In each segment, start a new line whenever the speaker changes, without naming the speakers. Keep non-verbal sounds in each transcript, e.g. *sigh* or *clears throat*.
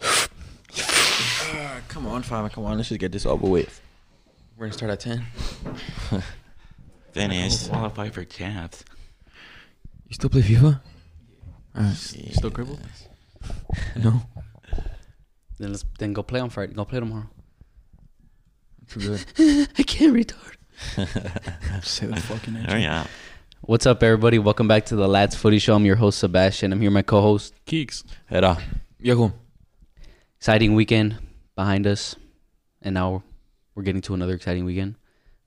Uh,
Ah, come on, fam. Come on. Let's just get this over with.
We're gonna start
*laughs*
at ten.
Finished.
Qualify for champs.
You still play FIFA?
Still
*laughs*
crippled?
No.
Then let's then go play on Friday. Go play tomorrow.
Too good.
*laughs* I
*laughs*
can't retard.
Say the fucking name.
Hurry up.
What's up, everybody? Welcome back to the Lads Footy Show. I'm your host Sebastian. I'm here, with my co-host.
Keeks.
Era. Yahoo.
Exciting weekend behind us, and now we're getting to another exciting weekend.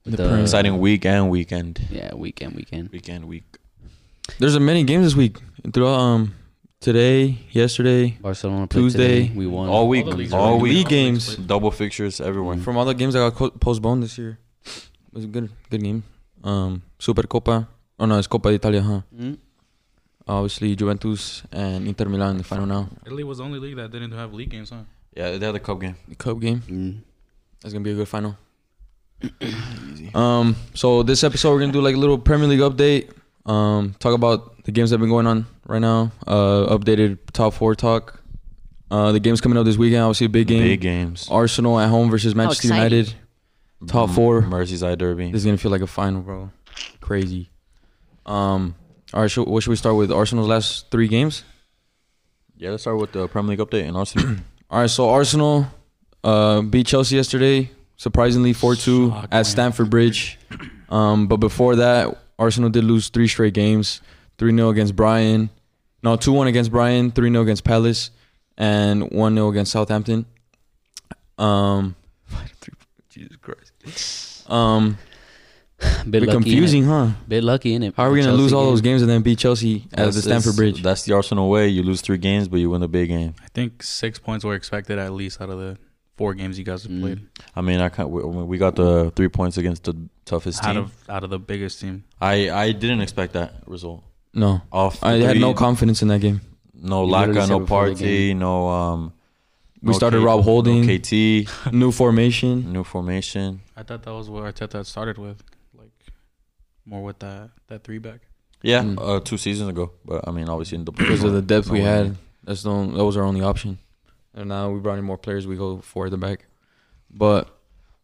With uh,
The Prem.
Exciting weekend, weekend,
Yeah, weekend, weekend.
weekend, week.
There's a many games this week. Throughout um today, yesterday,
Barcelona played
Tuesday,
Today. We won.
All week,
All the leagues are
all Mm-hmm.
running.
week.
league games
Double fixtures everywhere.
from all the games that got co- postponed this year. It was a good good game. Um, Supercopa. Oh no, it's Copa d'Italia, huh?
Mm.
Obviously, Juventus and Inter Milan in the final now.
Italy was the only league that didn't have league games, huh?
Yeah, they had a cup game.
The cup game.
Mm.
That's gonna be a good final.
Easy.
Um, so this episode we're gonna do like a little Premier League update. Um, talk about the games that have been going on right now. Uh, updated top four talk. Uh, the games coming up this weekend. Obviously, a big game.
Big games.
Arsenal at home versus Manchester
exciting.
United. Top four.
Merseyside Derby.
This is gonna feel like a final, bro. Crazy. Um, all right. Should, what should we start with? Arsenal's last three games.
Yeah, let's start with the Premier League update and
*clears throat*
Arsenal.
All right. So Arsenal uh, beat Chelsea yesterday, surprisingly four two
Shock, man.
at Stamford Bridge. Um, but before that, Arsenal did lose three straight games. 3 0 against Brian. No, 2 1 against Brian, 3 0 against Palace, and 1 0 against Southampton. Um,
Jesus Christ.
um,
Bit
bit
lucky
confusing, huh?
innit? Bit lucky in it.
How are we going to lose all those games and then beat Chelsea at the Stamford Bridge?
That's the Arsenal way. You lose three games, but you win the big game.
I think six points were expected at least out of the four games you guys have
Mm.
played.
I mean, I can't. We, we got the three points against the toughest
Out
team.
of out of the biggest team.
I I didn't expect that result.
No.
Off.
I had no
three,
confidence in that game.
No
You literally
Laka,
said
no
before the
party, no um.
We
no
started
K-
Rob Holding,
no KT,
new formation.
new formation.
I thought that was what Arteta had started with, like more with that that three back.
Yeah,
Mm.
uh, two seasons ago. But I mean, obviously, in the *clears throat*
because of the depth
no
we
way.
had. That's the only, that was our only option. And now we brought in more players. We go forward the back, but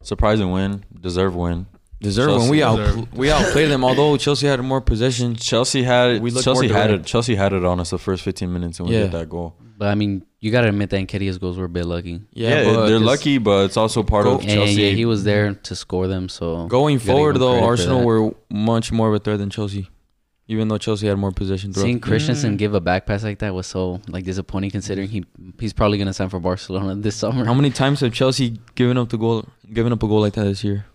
surprising win, deserved win.
deserve when we
Chelsea
out
deserved.
*laughs* we outplayed them. Although Chelsea had more possession,
Chelsea had it.
We looked
Chelsea
more
had it.
direct.
Chelsea had it on us the first 15 minutes, and we
Yeah.
did that goal.
Mm. But I mean, you gotta admit that Nketiah's goals were a bit lucky.
Yeah,
yeah, but
they're
it's-
lucky, but it's also part of
And
Chelsea.
yeah, he was there to score them. So
Going
You gotta give
forward
him
though,
credit for
Arsenal
that.
were much more of a threat than Chelsea, even though Chelsea had more possession. Throughout.
Seeing Christensen
Mm.
give a back pass like that was so like disappointing, considering he he's probably gonna sign for Barcelona this summer.
How many times have Chelsea given up the goal, given up a goal like that this year?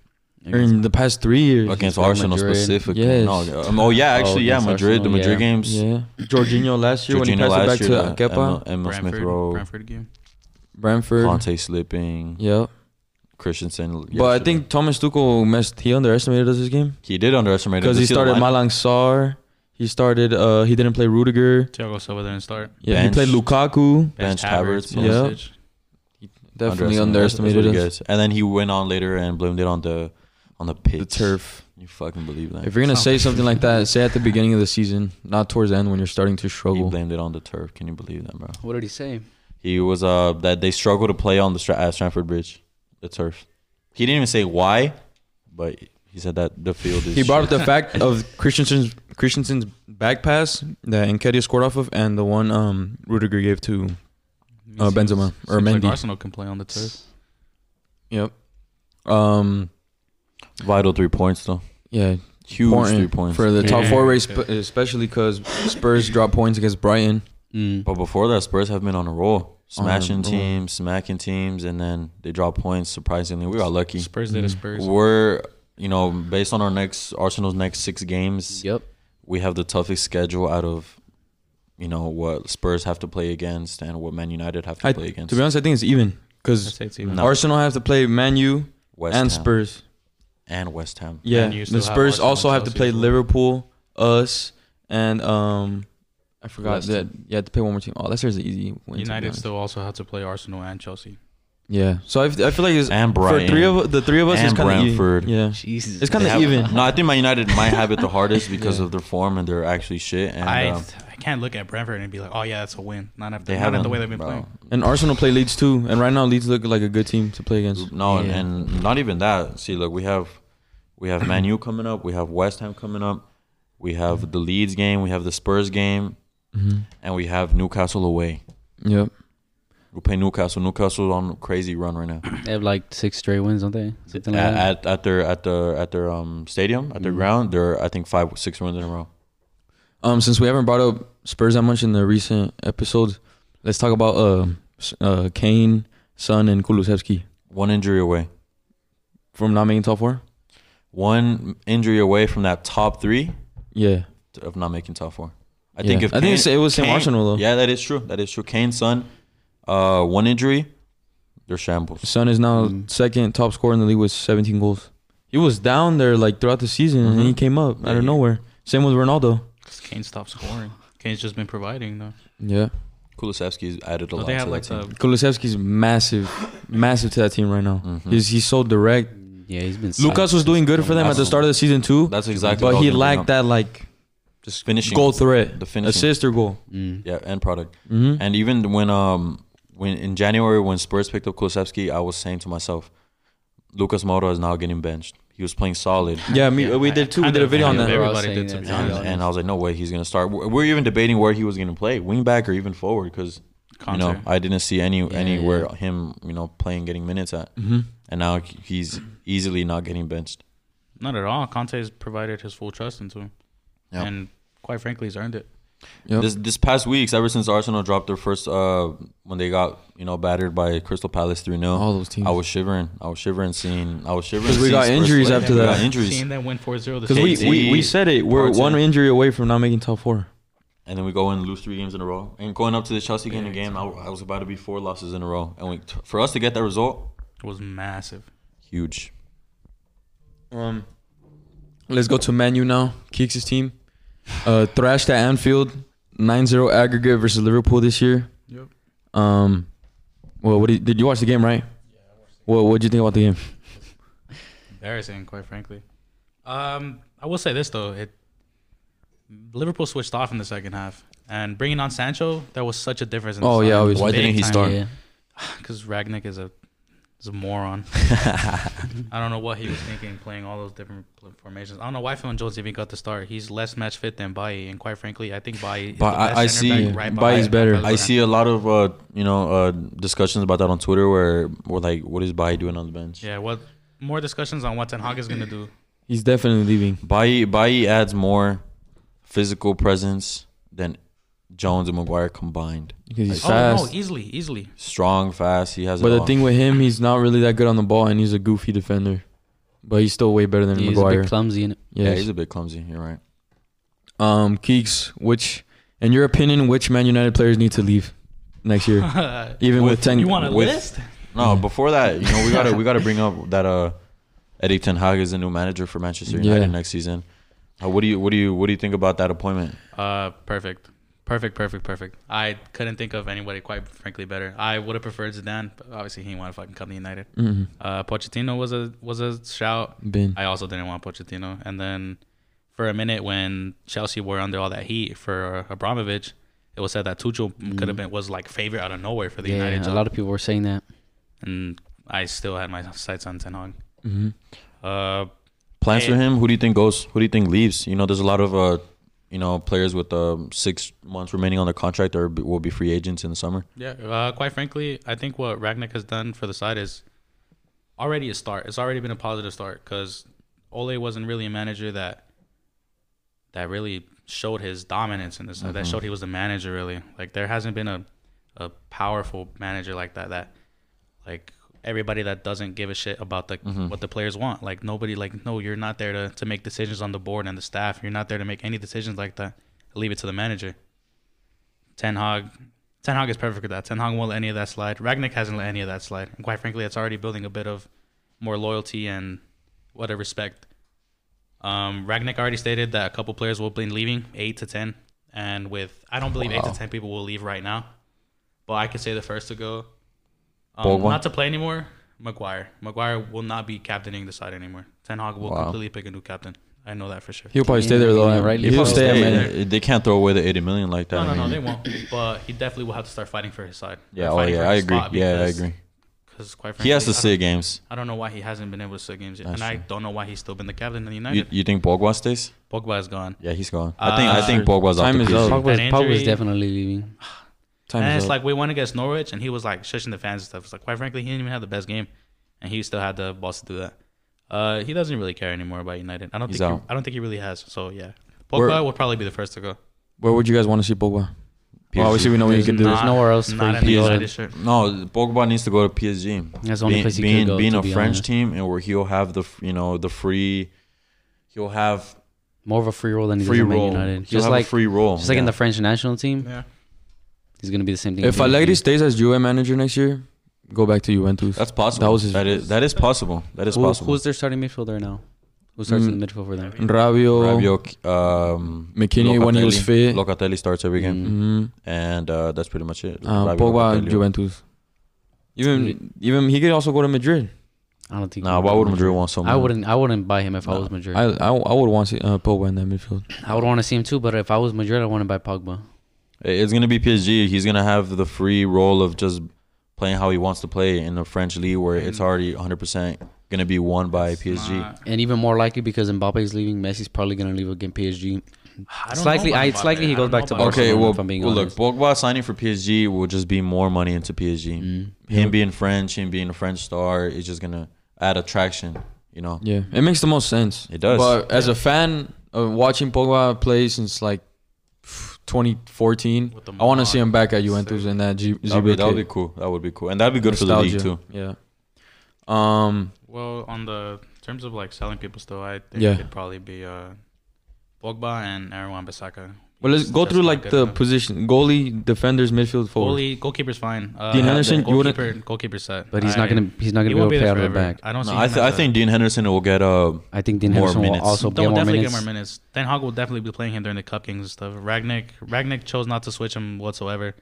Or in the past three years,
against
Real
Arsenal
Madrid.
specifically.
Yes.
No, um, oh yeah,
Oh,
actually, yeah,
against
Madrid. the
Arsenal,
Madrid
yeah.
games.
yeah, Jorginho last year when he
Jorginho
passed
last
it
year,
back
the
to Kepa,
Emil, Emil Smith
Brantford,
Rowe,
Brantford game.
Brentford.
Conte slipping,
Yep.
Christensen.
But I
yesterday.
think Thomas Tuchel messed. He underestimated us this game
he did underestimate it.
because
Did
he
you see the
started
line-
Malang Sar. He started. Uh, he didn't play Rudiger.
Thiago Silva didn't start.
Yeah,
Bench.
he played Lukaku.
Bench Havertz,
yeah.
Pulisic.
Definitely
That's- that's what
underestimated
he
us.
gets. And then he went on later and blamed it on the on the pitch.
The turf.
You fucking believe that?
If you're gonna say something like that, say at the beginning of the season, not towards the end when you're starting to
he
struggle.
blamed it on the turf. Can you believe that, bro?
What did he say?
He was uh that they struggle to play on the Stra- at Stratford Bridge, the turf. He didn't even say why, but he said that the field is.
He brought up
shit.
the fact of Christensen's Christensen's back pass that Enkedia scored off of, and the one um, Rudiger gave to. Uh,
Seems-
Benzema or
seems like
Mendy.
Arsenal can play on the turf.
Yep. Um.
vital three points though.
Yeah.
Huge
important
three points.
for the top
Yeah.
four race, sp- especially because Spurs dropped points against Brighton.
Mm.
but before that, Spurs have been on a roll,
On a
smashing
roll.
teams, smacking teams, and then they drop points. Surprisingly, we got lucky.
Spurs did a
Mm.
Spurs.
We're you know based on our next Arsenal's next six games,
Yep.
we have the toughest schedule out of you know what Spurs have to play against and what Man United have to
I-
play against.
To be honest, I think it's even
I'd
because
say it's even.
No.
Arsenal have to play Man U
West
and
Ham
Spurs.
and West Ham.
Yeah,
you
the
still have
Spurs
Arsenal
also
and
have to
Chelsea
play
as well.
Liverpool, us, and um, I forgot
West
that you had to play one more team. Oh, that's an easy win. to be
United
honest.
still also had to play Arsenal and Chelsea.
Yeah. So I, f- I feel like it's
And
for
Brighton.
three of the three of us
And
is kind
Brentford.
of yeah.
Jesus.
It's kinda
They have-
even.
No, I think Man United might have it the hardest because
Yeah.
of their form and they're actually shit. And
I
um,
I can't look at Brentford and be like, oh yeah, that's a win. Not after
they
not
haven't
at the way they've been
bro.
playing.
And Arsenal play Leeds too, and right now Leeds look like a good team to play against.
No, and-
Yeah.
and not even that. See, look, we have we have Man U coming up, we have West Ham coming up, we have the Leeds game, we have the Spurs game, and we have Newcastle away.
Mm-hmm. Yep.
We play Newcastle. Newcastle on a crazy run right now.
They have like six straight wins, don't they?
at,
Something like that.
at at their at their at their um stadium at their ground, they're I think five six runs in a row.
Um, since we haven't brought up Spurs that much in the recent episodes, let's talk about uh, S- uh Kane, Son, and Kulusevski
One injury away.
from not making top four.
One injury away from that top three
Yeah.
t- of not making top four. I think
Yeah.
if
I think it's- it was same Arsenal, though.
Yeah, that is true. That is true. Kane's son, uh, one injury, they're shambles.
Son is now
Mm-hmm.
second top scorer in the league with 17 goals. He was down there like throughout the season, and
Mhm.
he came up out
Yeah.
of nowhere. Same with Ronaldo.
Because Kane stopped scoring. Kane's just been providing though.
Yeah.
Kulusevski's added a
But
lot
Oh, they have
to
like
that team.
the
Kulusevski's massive, massive to that team right now.
Mhm.
He's he's so direct.
Mm, yeah, he's been.
Lucas was doing good for them at the start of the season too,
That's exactly. what I
but
was
he
gonna bring
lacked
up.
that like
just finishing
goal threat,
the finishing. Mm-hmm.
assist or goal.
Mm.
Yeah, end product.
Mhm.
And even when um when in January when Spurs picked up Kulusevski, I was saying to myself, Lucas Moura is now getting benched. He was playing solid.
Yeah, me,
Yeah,
we
I-
did too.
I
We did a
kinda
video on
agree
that.
with
We're all
Everybody did,
saying
to be
that, to be
And,
honest.
and I was like, no way, he's gonna start. We- We're even debating where he was gonna play, wing back or even forward, because you
Conte.
know I didn't see any
Yeah,
anywhere
yeah.
him you know playing getting minutes at,
Mhm.
and now he's easily not getting benched.
Not at all. Conte's provided his full trust into him,
Yeah.
and quite frankly, he's earned it.
Yep.
This this past weeks, ever since Arsenal dropped their first uh when they got you know battered by Crystal Palace three 0
All those teams.
I was shivering. I was shivering seeing. I was shivering
Oh, 'Cause we
seeing
got
Spurs
injuries
play.
after
We
that.
got injuries,
Seeing them win 4-0 this
Because we,
season.
we, we said it, we're
Parts
one
in.
injury away from not making top four.
and then we go and lose three games in a row. And going up to the Chelsea game, the game I, I was about to be four losses in a row, and we for us to get that result,
It was massive.
huge.
Um, let's go to Manu now. Keeks' team, uh, thrashed at Anfield, 9-0 aggregate versus Liverpool this year.
Yep.
Um, well, what did, did you watch the game, right? Well, what did you think about the game?
Embarrassing, quite frankly. Um, I will say this though, it Liverpool switched off in the second half, and bringing on Sancho, there was such a difference. In the
Oh, yeah, obviously.
Why didn't he start?
Yeah.
Because Ragnick is a is a moron. I don't know what he was thinking playing all those different pl- formations. I don't know why Phil Jones even got the start. He's less match fit than Baye, and quite frankly, I think Baye. Is
But
the
I-
best
I
center
see-
back right
Bailly's
behind
better.
Rafael
I
Varane.
see a lot of uh, you know uh, discussions about that on Twitter where we're like, what is Baye doing on the bench?
Yeah, what more discussions on what Ten Hag is gonna do?
He's definitely leaving.
Baye Baye adds more physical presence than Jones and Maguire combined.
Because he's
Oh
fast.
no, easily, easily.
Strong, fast. He has.
but
it
the
all.
thing with him, he's not really that good on the ball, and he's a goofy defender. But he's still way better than
He's a
Maguire.
bit clumsy in it.
yeah,
Yes.
he's a bit clumsy. You're right.
um, Keeks, which, in your opinion, which Man United players need to leave next
*laughs*
year? Even with, ten,
you want a
with-
list?
No, before that, you know, we
*laughs*
gotta we gotta bring up that uh, Eddie Ten Hag is the new manager for Manchester United
Yeah.
next season. Uh, what do you what do you what do you think about that appointment?
Uh, perfect, perfect, perfect, perfect. I couldn't think of anybody quite frankly better. I would have preferred Zidane, but obviously he didn't want to fucking come to United.
Mhm.
Uh, Pochettino was a was a shout.
Ben.
I also didn't want Pochettino. And then for a minute when Chelsea were under all that heat for Abramovich, it was said that Tuchel could have been was like favorite out of nowhere for the
Mm-hmm. Yeah,
United
a
job.
lot of people were saying that.
and I still had my sights on Ten Hag.
Mhm.
Uh,
Plans for
Eh.
him? Who do you think goes? Who do you think leaves? You know, there's a lot of uh, you know, players with um, six months remaining on their contract or will be free agents in the summer.
Yeah, uh, quite frankly, I think what Ragnick has done for the side is already a start. It's already been a positive start because Ole wasn't really a manager that that really showed his dominance in this. That showed he was the manager really. Like there hasn't been a a powerful manager like that. That like everybody that doesn't give a shit about the what the players want. Like nobody like no, you're not there to to make decisions on the board and the staff. You're not there to make any decisions like that. Leave it to the manager. Ten Hag. Ten Hag is perfect at that. Ten Hag won't let any of that slide. Ragnick hasn't let any of that slide. And quite frankly, it's already building a bit of more loyalty and what a respect. Um, Ragnick already stated that a couple players will be leaving, eight to ten. And with I don't believe eight to ten people will leave right now. But I could say the first to go Um,
Pogba?
not to play anymore, Maguire. Maguire will not be captaining the side anymore. Ten Hag will
Wow.
completely pick a new captain. I know that for sure.
He'll probably stay there though.
Yeah,
eh?
right,
He'll
Liverpool.
stay at
Stay
Man.
there.
They, they can't throw away the 80 million like that.
No,
I
no, no,
mean,
they won't. But he definitely will have to start fighting for his side.
Yeah,
Or
oh
fighting
yeah,
for
I
his
agree.
spot
Yeah, I
because-
agree.
Because quite frankly,
He has
I
to
don't-
sit games.
I don't know why he hasn't been able to sit games yet,
That's
and I
true.
don't know why he's still been the captain of the
You,
United.
you think Pogba stays?
Pogba is gone.
Yeah, he's gone. I think
Ah,
I
Uh,
think Pogba's
Time
out.
is
the
up.
up.
Pogba's,
That
Pogba's
injury-
definitely leaving.
Time
and
is
it's
up.
like we won against Norwich, and he was like shushing the fans and stuff. It's like quite frankly, he didn't even have the best game, and he still had the balls to do that. Uh, he doesn't really care anymore about United. I don't
He's
think
out.
he, I don't think he really has. So yeah,
We're-
Pogba will probably be the first to go.
Where would you guys want to see Pogba? Well, obviously we know what you
There's
could do.
not- nowhere else for
Not
him
in
to
the
go.
United shirt.
No, Pogba needs to go to PSG.
That's the only
being,
place he could
being,
go,
Being
to
a
be
French
honest.
team, and where he'll have the f- you know the free, he'll have
More of a free role than he's
free
in Man
role. He'll
United. Just
have
like
a free role.
just like in
yeah.
the French national team,
Yeah,
he's gonna be the same thing.
If Allegri stays as Juve manager next year, go back to Juventus.
That's possible.
That was his-
that is that is possible. That is
Who-
possible.
who's their starting midfielder now? Who starts
Mm.
in the midfield for them?
Rabiot,
Rabiot, um,
McKinney when he was
Locatelli.
fit.
Locatelli starts every
Mm.
game,
Mhm.
and uh, that's pretty much it.
Uh,
Rabiot,
Pogba,
Locatelli.
Juventus. Even even he could also go to Madrid.
I don't think.
Nah,
he'll
why
go
would
to
Madrid want someone?
I wouldn't. I wouldn't buy him if I was Madrid.
I
I,
I, I would want to see, uh, Pogba in that midfield.
would want to see him too, but if I was Madrid, I want to buy Pogba.
It's gonna be PSG. He's gonna have the free role of just playing how he wants to play in the French league, where it's already 100 percent gonna be won by PSG.
Nah,
And even more likely because Mbappe's leaving, Messi's probably gonna leave again PSG.
I
It's
don't
likely-
know about
I- it's likely he
Mbappe. I
goes
don't
back
know
to
about
Barcelona.
Okay,
Mbappe.
well,
if I'm being
well, look,
honest.
Pogba signing for PSG will just be more money into PSG.
Mm.
Him being French, him being a French star, it's just gonna add attraction. You know,
Yeah, it makes the most sense.
It does.
But as a fan of watching Pogba play since like 2014,
With the
I want to see him back at
Milan,
Juventus in that G-
that would be,
ZB
that would be
kit.
cool. That would be cool, and that'd be good for the league too.
Nostalgia. Yeah. Um,
Well, on the terms of like selling people, still, I think
Yeah.
it'd probably be uh, Pogba and Aaron Bissaka.
well, let's
He's
go
just
through
not
like
good
the
enough.
position: goalie, defenders, midfield, forward.
Goalie, goalkeeper's fine. Uh,
Dean Henderson, you wouldn't-
goalkeeper, goalkeeper set.
But he's not
I-
gonna. He's not gonna
he
be able
won't
to
be
play
there
out of the
forever.
back.
I don't see.
No,
him
I, th-
as
I
a-
think Dean Henderson will get uh,
I think Dean
More
Henderson will
minutes.
also
They'll
get more
definitely
minutes.
get more minutes. Ten Hag will definitely be playing him during the cup games and stuff. Ragnick, Ragnick chose not to switch him whatsoever,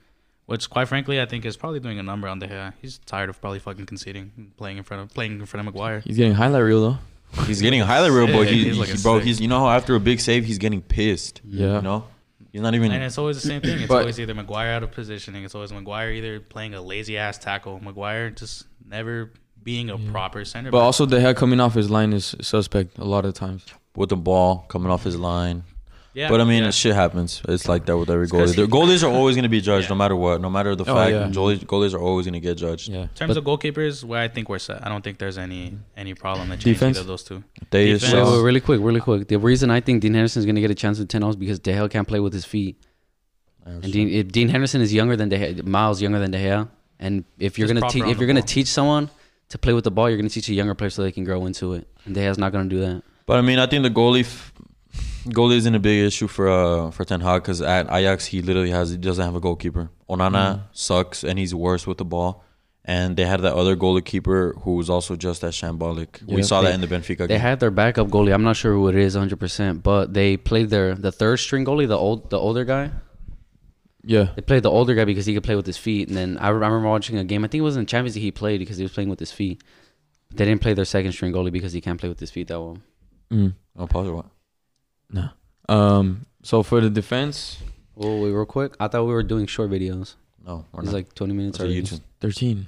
which, quite frankly, I think is probably doing a number on the hair. He's tired of probably fucking conceding, and playing in front of playing in front of Maguire.
He's getting highlight reel though.
he's getting a highlight reel, but
Sick.
he,
He's
he-
looking
bro,
sick.
he's you know how after a big save he's getting pissed.
Yeah.
you know, he's not even.
And it's always the same thing. It's
But-
always either Maguire out of positioning. It's always Maguire either playing a lazy ass tackle. Maguire just never being a proper center.
But
back.
also, the hair coming off his line is suspect a lot of times.
with the ball coming off his line.
yeah,
but I mean,
yeah.
shit happens. It's like that with every
'cause
goalie. The goalies are always going to be judged, no matter what, no matter the
Oh,
fact.
yeah.
Goalies, goalies are always going to get judged.
Yeah.
in terms of goalkeepers, where I think we're set. I don't think there's any any problem that changes
Defense?
either of those two.
They
Defense.
just-
Wait, wait, really quick, really quick. The reason I think Dean Henderson is going to get a chance with 10 is because De Gea can't play with his feet. And Dean, if Dean Henderson is younger than De Gea, Miles younger than De Gea, and if you're
Just
going to
proper
te-
on
if
the
you're going to
ball.
teach someone to play with the ball, you're going to teach a younger player so they can grow into it. And De Gea's not going to do that.
But I mean, I think the goalie f- goalie isn't a big issue for uh, for Ten Hag because at Ajax he literally has he doesn't have a goalkeeper. Onana sucks and he's worse with the ball. And they had that other goalkeeper who was also just as shambolic. we
Yeah.
saw
They-
that in the Benfica
They
game.
had their backup goalie. I'm not sure who it is 100%, but they played their the third string goalie, the old the older guy.
Yeah.
They played the older guy because he could play with his feet. And then I re- I remember watching a game. I think it was in Champions League he played because he was playing with his feet. They didn't play their second string goalie because he can't play with his feet that well.
Mm.
oh, pause or what?
No. Um. So for the defense,
Oh, wait, real quick. I thought we were doing short videos.
No, we're
It's
not.
like 20 minutes
It's a
already.
YouTube.
thirteen.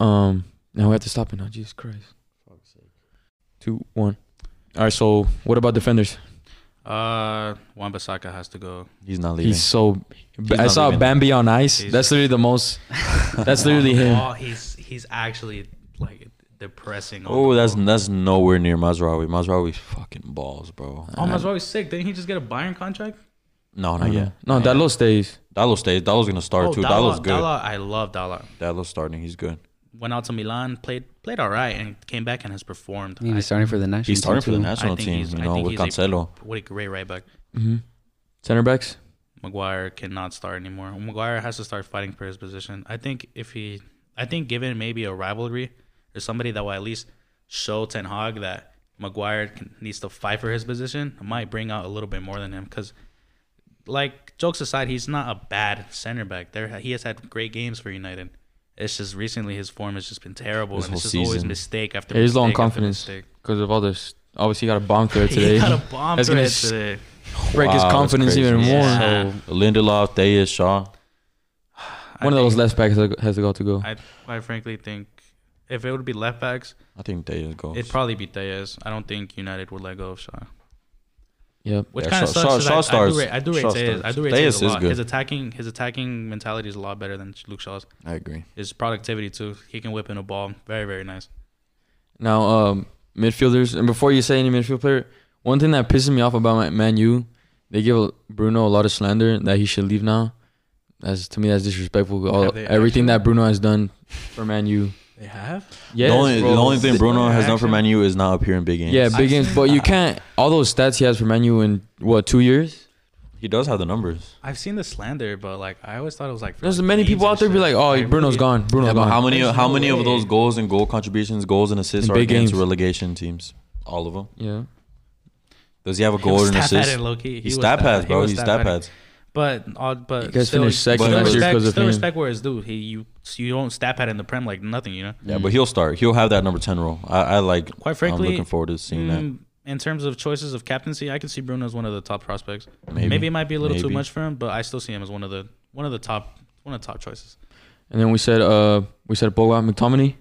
Um. Now we have to stop it now. Jesus Christ. Two one. All right. So what about defenders?
Uh, Wan Bissaka has to go.
He's not leaving.
He's so. I
not
saw
leaving.
Bambi on ice.
He's-
That's literally the most. That's literally
On the
him.
ball, Oh, he's he's actually like depressing. on
oh,
the
that's
ball.
that's nowhere near Mazraoui. Mazraoui's fucking balls, bro.
oh, Mazraoui's sick. Didn't he just get a Bayern contract?
No,
I
not
don't
yet.
know. No, Dalot stays.
Dalo stays. Dalo's gonna start
oh,
too.
Dalla-
Dalo's good.
Dalla- I love Dalla.
Dalo's starting. He's good.
Went out to Milan, played played all right, and came back and has performed.
I mean,
I-
he's starting for the national.
He's starting
team
for the
too.
national
think
team.
he's-
You
I
know,
think
with
he's a-
Cancelo.
what a great right back.
Mm-hmm. Center backs.
Maguire cannot start anymore. Maguire has to start fighting for his position. I think if he, I think given maybe a rivalry or somebody that will at least show Ten Hag that Maguire can, needs to fight for his position, might bring out a little bit more than him. Because, like jokes aside, he's not a bad center back. There, he has had great games for United. It's just recently his form has just been terrible,
This
and it's
whole
just always
season.
mistake after.
Yeah, he's low on
mistake after
confidence.
mistake.
because of all this. Obviously, he got a bomb threat
*laughs* He
today.
got a bomb
That's gonna
threat
s-
today.
Break his
Wow, that's
confidence
crazy.
even more.
Yeah.
So
Lindelof, Thea, Shaw.
I
One of those
think-
left backs has got to go.
I quite frankly think if it would be left backs,
I think Thea goes.
it'd probably be Thayez. I don't think United would let go of Shaw.
Yep.
Which
Yeah,
kind of
Shaw-
sucks.
Shaw-
'cause
Shaw
I, I
starts.
do rate, I do rate
Shaw
Thayez. I
starts.
do rate
Thayez
Thayez
is
a lot.
good.
His attacking his attacking mentality is a lot better than Luke Shaw's.
I agree.
His productivity too. He can whip in a ball. Very very nice.
Now, um, midfielders, and before you say any midfield player, one thing that pisses me off about my Man U, they give Bruno a lot of slander that he should leave now. That's to me, that's disrespectful. All,
Have they
everything that Bruno has done for Man U.
They have.
Yes,
the only
bro.
the only thing Bruno has done for
Action.
Man U is not appear in big games.
Yeah, big games, but you can't. All those stats he has for Man U in what two years?
he does have the numbers.
I've seen the slander, but like I always thought it was like. for,
There's
like,
many
leagues
people
and
out there be
shit.
like, "Oh,
Like,
Bruno's
really?
gone. Bruno's
Yeah, but
gone."
how many
There's
how
no
many
way.
of those goals and goal contributions, goals and assists
In
are
big
against
games.
relegation teams? All of them.
yeah,
Does he have a
He
goal
was
and
stat
assist?
padded, low-key.
He
was
stat pads,
he
bro.
was
He
stat
stat
padded.
pads.
But uh, but
You guys
still,
finished second
still
last year
respect,
'cause of
still
him.
respect where it's due. He you you don't stat at in the prem like nothing, you know.
Yeah, but he'll start. He'll have that number ten role. I, I like.
Quite Mm. frankly,
I'm looking forward to seeing
mm, in terms of choices of captaincy, I can see Bruno as one of the top prospects.
Maybe.
Maybe, it might be a little
Maybe.
too much for him, but I still see him as one of the one of the top one of the top choices.
and then we said, uh, we said Boga McTominay.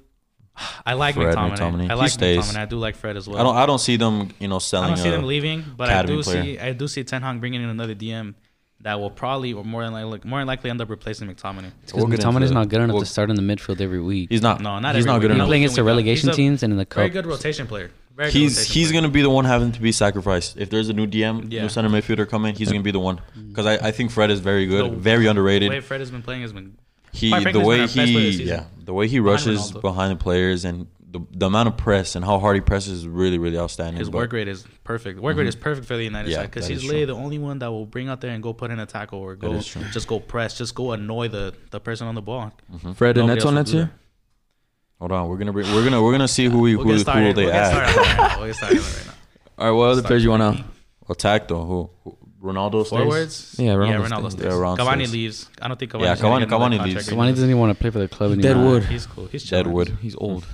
I like
Fred
McTominay.
McTominay.
I
He
like
stays.
McTominay. I do like Fred as
that.
well.
I don't. I don't see them. You know,
I
selling.
don't see
a-
them leaving, but I
academy
do
player.
see I do see Ten Hag bringing in another DM that will probably or more than likely more than likely end up replacing McTominay.
We'll get into
Tomlin's
that.
not good enough
We'll-
to start in the midfield every week.
He's not.
No, not
He's
every
not good
week. He's
He's
enough.
playing against the
He's a
relegation
very
teams and in the
Very
cup.
good rotation player. Very good
He's
rotation
he's
player.
gonna be the one having to be sacrificed. If there's a new DM,
Yeah. Mm.
new center midfielder coming, he's gonna be the one. Because I, I think Fred is very good,
The-
very
the way
underrated.
Fred has been playing has been
He
quite
the
frankly, he's been
way
our best player this
he
season.
yeah the way he rushes
Ronaldo.
behind the players and the, the amount of press and how hard he presses is really really outstanding.
his
But
work rate is perfect. Work rate is perfect for the United
Mm-hmm. Yeah,
side because
that
he's
is
literally
true.
the only one that will bring out there and go put in a tackle or go
is true.
just go press, just go annoy the, the person on the ball.
Mm-hmm.
Fred and
Hmm. Nobody
Neto
else will
next
do
year.
Hold on, we're gonna bring, we're gonna we're gonna see who we
We'll
who,
get
who
started.
they
We'll get
add.
started right now. We'll get started
*laughs*
right now.
All right, what other players you want out?
Attack though, who, who Ronaldo stays?
Forwards.
Yeah, Ronaldo
yeah, Ronaldo
stays.
stays.
Yeah, Ronaldo
Cavani
stays.
leaves. I don't think Cavani.
Yeah, Cavani- Cavani leaves.
Cavani doesn't even want to play for the club anymore.
Deadwood.
He's cool. He's chilling.
Deadwood.
He's old.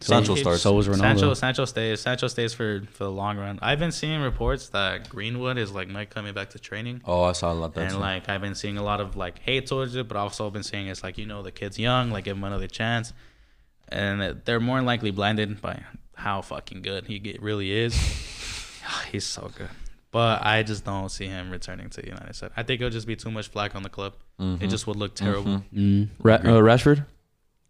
Sancho
He-
starts.
So was Ronaldo.
Sancho, Sancho stays. Sancho stays for for the long run. I've been seeing reports that Greenwood is like might coming back to training.
Oh, I saw a lot that.
and
too.
like I've been seeing a lot of like hate towards it, but also been seeing it's like you know the kid's young, like give him another chance, and that they're more than likely blinded by how fucking good he get, really
*laughs*
is. Ah, He's so good, but I just don't see him returning to the United States. I think it'll just be too much flack on the club.
Mm-hmm.
It just would look terrible.
Mm.
Ra- uh, Rashford.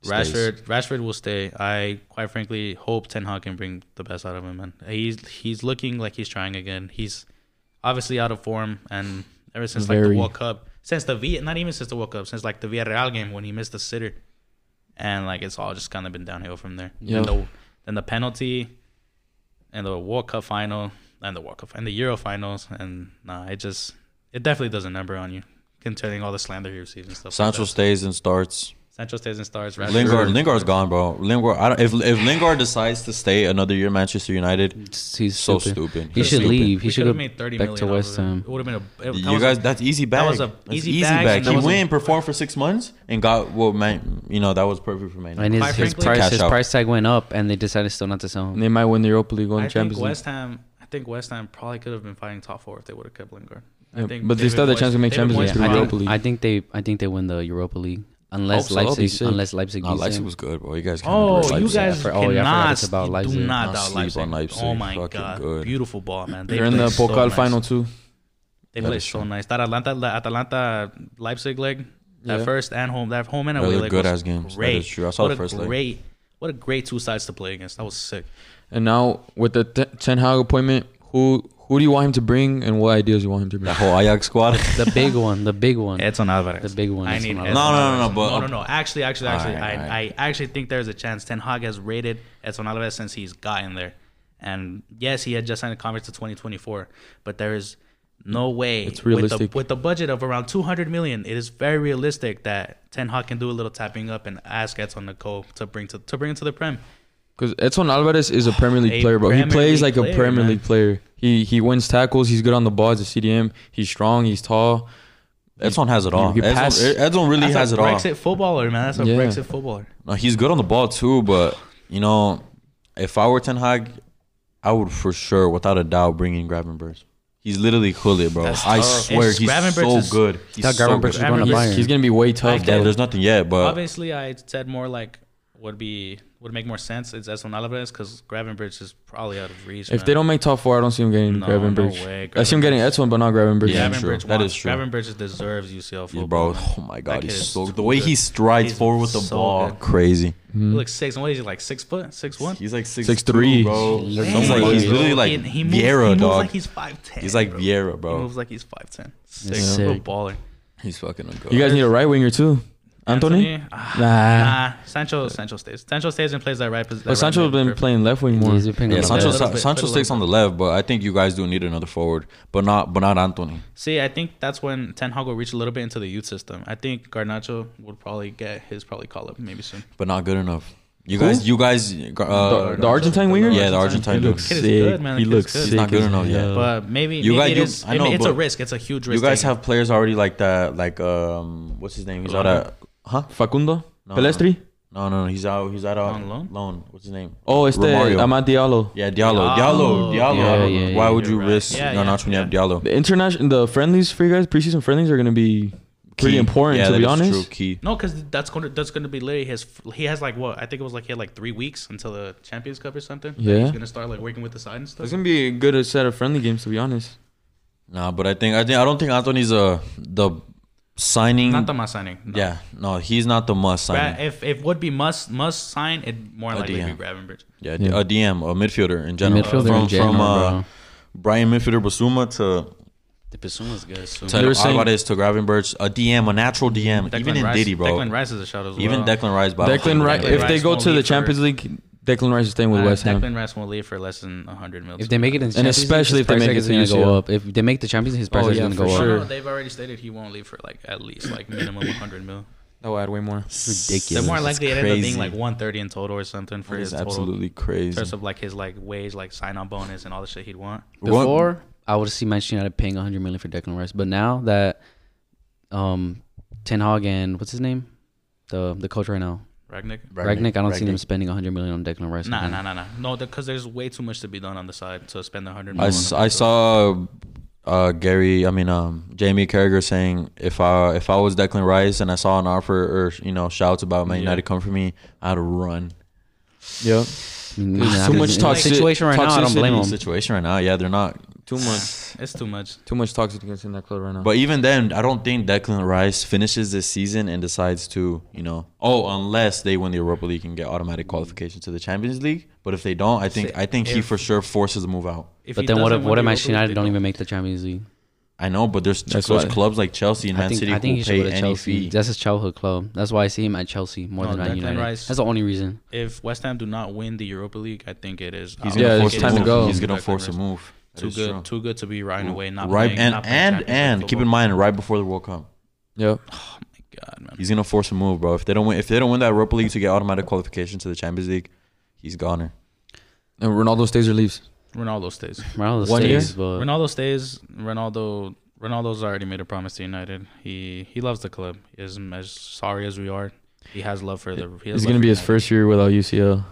Stays.
Rashford, Rashford will stay. I quite frankly hope Ten Hag can bring the best out of him, man. He's he's looking like he's trying again. He's obviously out of form, and ever since like
Very.
the World Cup, since the V, not even since the World Cup, since like the Villarreal game when he missed the sitter, and like it's all just kind of been downhill from there.
Yeah.
And the, then the penalty, and the World Cup final, and the World Cup and the Euro finals, and nah, it just it definitely does a number on you, concerning all the slander he receives and stuff.
Sancho
like that.
stays and starts.
Sancho stays and stars.
Lingard, Lingard's gone, bro. Lingard, I don't, if if Lingard decides to stay another year, at Manchester United,
He's
so
stupid.
stupid.
He
He's
should
stupid.
leave. He
we
should
could
go
have made thirty
back
million.
to West Ham.
It would have been a. It, that
You
was
guys,
a,
that's easy bag. That
was a easy
easy
bag,
bag.
and
He
that was
went
a-
and performed for six months and got well, man. You know that was perfect for Man. United.
And his,
Quite
his
frankly-
price
Cash
his
out.
price tag went up, and they decided still not to sell
And
him.
they might win the Europa League
I
or the
think
Champions League.
West Ham. I think West Ham probably could have been fighting top four if they would have kept Lingard. I
Yeah,
think
but they still had
David
the chance to make
Moyes-
Champions
David Moyes
League through
might-
I,
Europa
think,
League.
I think they I think they win the Europa League unless
Hope so, that'll be
Leipzig
sick.
unless Leipzig
Nah,
beats
Leipzig
them.
was good, bro. You guys. can't
Oh,
underrate
you
Leipzig.
guys
I forgot- oh, yeah, I forgot
cannot.
it's about
you
Leipzig.
Do not
Not
doubt
sleep
Leipzig.
on Leipzig.
Oh my
Fucking
god,
good.
beautiful ball, man. They
They're in the
played so
Pokal
nice.
final too.
They
That
played
is
so
true.
nice. That Atlanta, that Atlanta Leipzig leg,
Yeah.
that first and home, that home and
Those
away
are
leg
good
was
ass games. That
Great.
is true. I saw
what
the
a
first leg.
great, What a great two sides to play against. That was sick.
And now with the T- Ten Hag appointment, who who do you want him to bring, and what ideas you want him to bring?
That whole Ajax
*laughs*
squad.
the big one, the big
*laughs*
one.
Edson Alvarez.
The big one,
I
Edson
need
Alvarez.
No,
Edson
no, no, no,
Alvarez.
but-
no, no, no. Actually, actually, actually,
Alright,
I,
alright.
I actually think there's a chance Ten Hag has rated Edson Alvarez since he's gotten there. And yes, he had just signed a contract to 2024, but there is no way
It's
With
realistic.
the, with the budget of around 200 million, it is very realistic that Ten Hag can do a little tapping up and ask Edson to go to bring to to bring to the prem.
Because Edson Alvarez is a Premier League
A
player, bro. He
Premier
plays like
League
a
player,
Premier
man.
League player. He he wins tackles. He's good on the ball as a CDM. He's strong. He's tall.
Edson has it all.
he passed-
Edson, Edson really
That's
has
a
it all.
Brexit footballer, man. That's a
Yeah.
Brexit footballer.
No, he's good on the ball too, but you know, if I were Ten Hag, I would for sure, without a doubt, bring in Gravenberch. He's literally Khalid, bro. I swear
It's-
he's so
Gravenberch is-
good.
Thought
He's so
Gravenberch
good.
was going to
Gravenberch-
Bayern.
He's gonna be way tough.
Yeah,
though.
there's nothing yet, but
Obviously, I said more like would be would make more sense. It's Edson Alvarez because Gravenberch is probably out of reach.
If they
man.
don't make top four, I don't see him getting
No,
Gravenberch.
no way,
I see him getting
Gravenberch.
Edson, but not Gravenberch.
Yeah,
Gravenberch
true.
wants,
That is true.
Gravenberch just deserves UCL
Yeah,
football.
bro,
man.
oh my god,
That
he's
kid is
so
too
the way
good.
he strides
He's
forward with the
so
ball,
good.
crazy.
He looks six. What is he like? Six foot? Six one?
He's like six,
6'3".
bro.
He's
He's,
like-
like,
Somebody-
he's literally like
he, he moves,
Vieira,
he moves
dog.
Like he's five ten.
he's like
bro.
Vieira,
He
bro.
moves like he's five ten. Six.
That's
Little
sick.
baller.
He's fucking uncooked.
You guys need a right winger too. Anthony?
Ah,
Nah.
Nah, Sancho. Sancho stays. Sancho stays and plays that right position.
But Sancho's been playing left wing more.
He's been playing
Yeah,
on the
Sancho,
left.
left.
Little bit,
Sancho
little
sticks
bit.
on the left, but I think you guys do need another forward, but not, but not Anthony.
See, I think that's when Ten Hag will reach a little bit into the youth system. I think Garnacho would probably get his probably call up maybe soon.
but not good enough. You
Who?
guys, you guys, uh,
the, the Argentine winger?
yeah, the Argentine dude.
Kid is good, man. The
He
kid is
looks
good.
sick.
He's
not good
as
enough yet.
hell.
But maybe,
You
maybe
guys-
it
you-
is.
I
I
know,
know, it's a
but
risk. It's a huge
You
risk.
guys
taken.
have players already like that, like um, what's his name? He's out
Lana?
at huh?
Facundo?
No,
Pelestri?
No, no, no, he's out. He's out
On loan?
Loan. What's his name?
Oh, it's the
Romario.
Amad Diallo.
Yeah, Diallo, Diallo,
Oh,
Diallo.
yeah,
I don't
yeah,
know.
yeah,
Why would
you're
you
right.
risk yeah,
Yeah, yeah,
Garnacho when you have
yeah.
Diallo?
The international the friendlies for you guys, preseason friendlies are gonna be pretty
Key.
important
Yeah,
to
that
be
is
honest.
True key.
No, because that's going to that's going to be literally his. He has like what I think it was like he had like three weeks until the Champions Cup or something. that
Yeah.
he's gonna start like working with the side and
It's
stuff.
gonna be a good set of friendly games to be honest.
Nah, but I think I think I don't think Anthony's a the signing.
Not the must signing. No.
yeah, no, he's not the must signing.
Gra- if if would be must must sign, it more
A
likely be
DM.
Gravenberch.
Yeah,
Yeah.
a DM, a midfielder in general.
Midfielder
from
in general,
from uh,
bro.
Brian midfielder Basuma to
The Basuma's good. So.
to
They were saying-
Alvarez to Gravenberch, a DM, a natural DM,
Declan
even in
Rice,
Diddy, bro.
Declan Rice is a shout as
even
well.
Declan Rice, but I don't
Declan
think
Rice
Declan
if they
Rice
go
won't
to the
leave for-
Champions League, Declan Rice is staying with
Uh,
West Ham.
Declan Rice won't leave for less than hundred mil.
If they make it in, the
And
Champions League,
especially
his
if they
price
make
tag
it
is
to
gonna go
UCL.
up. If they make the Champions, League, his price
Oh,
tag is
yeah,
gonna
for
go
sure.
up.
no, they've already stated he won't leave for like at least like minimum hundred mil.
That would add way more.
They're
Ridiculous.
more
That's
likely it ended up
crazy.
being like one thirty in total or something for
That
his
is
total
absolutely
in
crazy.
terms of like his like wage, like sign on bonus and all the shit he'd want.
One-
Before I would see Manchester United paying 100 million for Declan Rice, but now that um Ten Hag and what's his name, the the coach right now,
Ragnick.
Ragnick, I don't see them spending 100 million on Declan Rice.
Nah,
again.
nah, nah, nah. No, because there's way too much to be done on the side to spend the hundred.
I, s- I saw uh, Gary, I mean um, Jamie Carragher saying if I if I was Declan Rice and I saw an offer or you know shouts about Man
Yeah.
United come for me, I'd run.
Yeah.
I mean,
There's
nah,
too
in-
much
in the
toxic-
situation right now. I don't blame
The
him.
situation right now, yeah, they're not.
Too much
It's too much.
too *sighs* much toxicness in that club right now.
But even then, I don't think Declan Rice finishes this season and decides to, you know, oh, unless they win the Europa League and get automatic qualification to the Champions League. But if they don't, I think I think he
If-
for sure forces a move out.
If
But
he
then what
doesn't
if
win
what
the Europa
if Manchester
League,
United
they
don't even make the Champions League?
I know, but there's
That's
those
why.
clubs like Chelsea and
I
Man
think
City
I think he
who
should go
pay
to
any
Chelsea.
fee.
That's his childhood club. That's why I see him at Chelsea more
No,
than
Declan
Man United.
Rice-
That's the only reason.
If West Ham do not win the Europa League, I think it is.
He's
I
gonna
Yeah,
don't
force
think
it's
a
it
time to
is
move.
go.
He's gonna
Declan
force a
Rice.
move. That
Too
is
good,
true.
too good to be riding away. Not
right
playing,
and
not playing
and
Champions League
and keep in
football.
mind right before the World Cup,
yeah.
God, man.
he's gonna force a move, bro. If they don't win, if they don't win that Europa League to get automatic qualification to the Champions League, he's goner.
And Ronaldo stays or leaves.
Ronaldo stays.
Ronaldo
One year?
stays, but
Ronaldo stays. Ronaldo. Ronaldo's already made a promise to United. He he loves the club. As as sorry as we are, he has love for the. He has
It's
love
gonna
for
be his
United.
first year without UCL.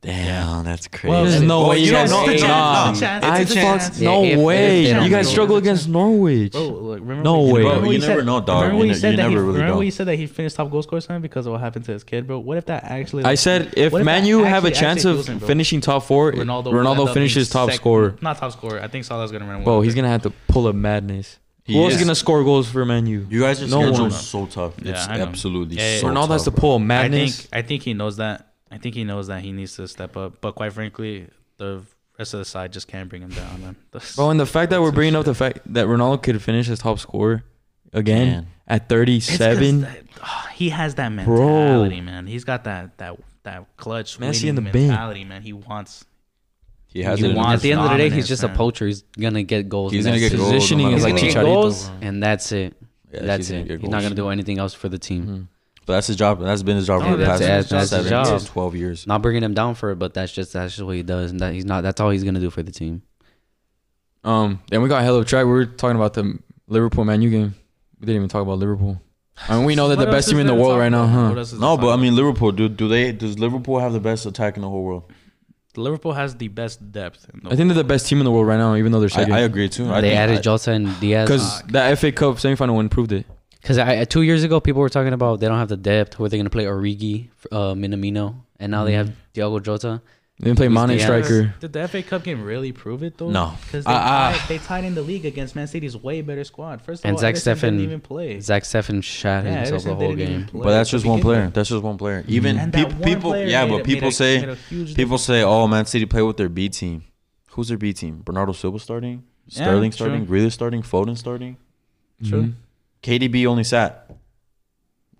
Damn, that's crazy.
Well,
There's no
Well,
way
you
you
don't
guys
know.
stay
It's a
on.
chance.
chance.
I
It's a chance.
fucked. No
Yeah, if- if
way.
they don't
you guys
go-
struggle against Norwich.
Bro, Oh, like, remember
No
when-
way.
remember
Bro,
when
you
he
never know, dog.
Remember when
You
he
ne-
said
you
that he,
never really
remember
know.
when he said that he finished top goal scorer something because of what happened to his kid, bro? What if that actually?
I said if
What if
Man
that
U have a
actually-
chance
actually
of
losing, bro?
finishing top four, Ronaldo,
Ronaldo, will end up
finishes
being
top
sec-
scorer.
Not top scorer. I think Salah's gonna run. away
Bro,
with
he's
it.
gonna have to pull a madness.
He
Who else
is.
is gonna score goals for Man U?
You guys are
No
scheduling
one.
so tough.
Yeah,
it's
I know.
absolutely
Yeah, yeah,
so
Ronaldo
tough.
has to pull a
I
madness.
think I think he knows that. I think he knows that he needs to step up. But quite frankly, the rest of the side just can't bring him down, man.
Bro, and the fact that
That's
we're
some
bringing up
shit.
the fact that Ronaldo could finish as top scorer again
Man.
*laughs*
at
It's 'cause
37,
that- ah, he has that
Bro.
mentality, man. He's got that that that clutch
Messi
winning
in the bin.
mentality, man. He wants.
He has
He
it. in
wants-
him.
at the end of the day, he's
dominance,
just a
man.
poacher. He's gonna get goals.
He's
and
gonna
that's
get
it.
goals.
Positioning
no
is
He's
matter
like
like
what.
two
Chicharito.
goals, and that's it.
Yeah,
that's
gonna
it.
get Mm-hmm.
He's not
goals.
gonna do anything else for the team.
Mm-hmm.
Mm-hmm.
But that's his job. That's been his job
No,
for the
that's-
past
that's- that's
seven,
his job.
years, twelve years.
Not bringing him down for it, but that's just that's just what he does, and that he's not. That's all he's gonna do for the team.
um, then we got hell of a track. We were talking about the Liverpool Man U game. We didn't even talk about Liverpool. I mean, we know that
What
the best
else is
team in the
there to
world
talk
right now,
about?
huh?
What else is there
No,
to
but
talk
I
about?
mean, Liverpool. Do do they? Does Liverpool have the best attack in the whole world?
Liverpool has the best depth. In the
I think they're the best team in the world right now, even though they're
I,
second.
I agree too. Mm, I
they
think-
added
I-
Jota and Diaz.
Because that FA Cup semifinal win proved it.
Because I, two years ago, people were talking about they don't have the depth where they're going to play Origi, uh, Minamino, and now they have
Mm-hmm.
Diogo Jota.
They didn't play
Who's
Mane
Diaz?
striker.
Did the FA Cup game really prove it though?
No.
because they,
Ah, ah.
tied- they tied in the league against Man City's way better squad. First of
And
all,
Zach
Ederson
Steffen-
didn't even play.
Zach Steffen shot
Yeah,
himself
Ederson
the whole
didn't even *laughs*
game. *laughs*
play
But that's
to
just one
begin
player.
with.
That's just one player. Even
And that
people,
one
people,
player
yeah,
made
but
a- made
people
a- made
say
a huge
people say, oh, Man City play with their B team. Who's their B team? Bernardo Silva starting,
Yeah,
Sterling
true.
starting, Grealish starting, Foden starting.
True.
Mhm.
KDB only sat.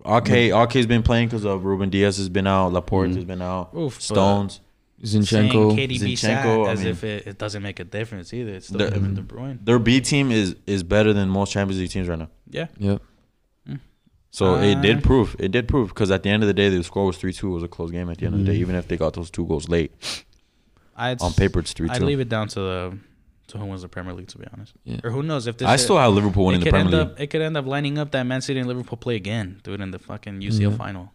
Okay,
Mm.
RK's been playing because of Ruben Diaz has been out, Laporte
Mhm.
has been out,
Oof, Mm. but
Stones.
saying
Mm-hmm. Zinchenko.
KDB
Zinchenko,
Zinchenko,
I
as
mean-
if it, it doesn't make a difference either. It's still
The-
him and De Bruyne.
Their B team is is better than most Champions League teams right now.
Yeah,
Yep.
So it
Uh,
did prove. It did prove because at the end of the day, the score was three two. It was a close game at the end of the day,
Mm.
even if they got those two goals late.
I'd,
On paper, it's three
I'd
two.
leave it down to the to who wins the Premier League, to be honest.
Yeah.
Or who knows if this
I
shit-
still have Liverpool
it
winning
could
the Premier
end
League.
up it could end up lining up that Man City and Liverpool play again, dude, in the fucking UCL
Yeah.
final.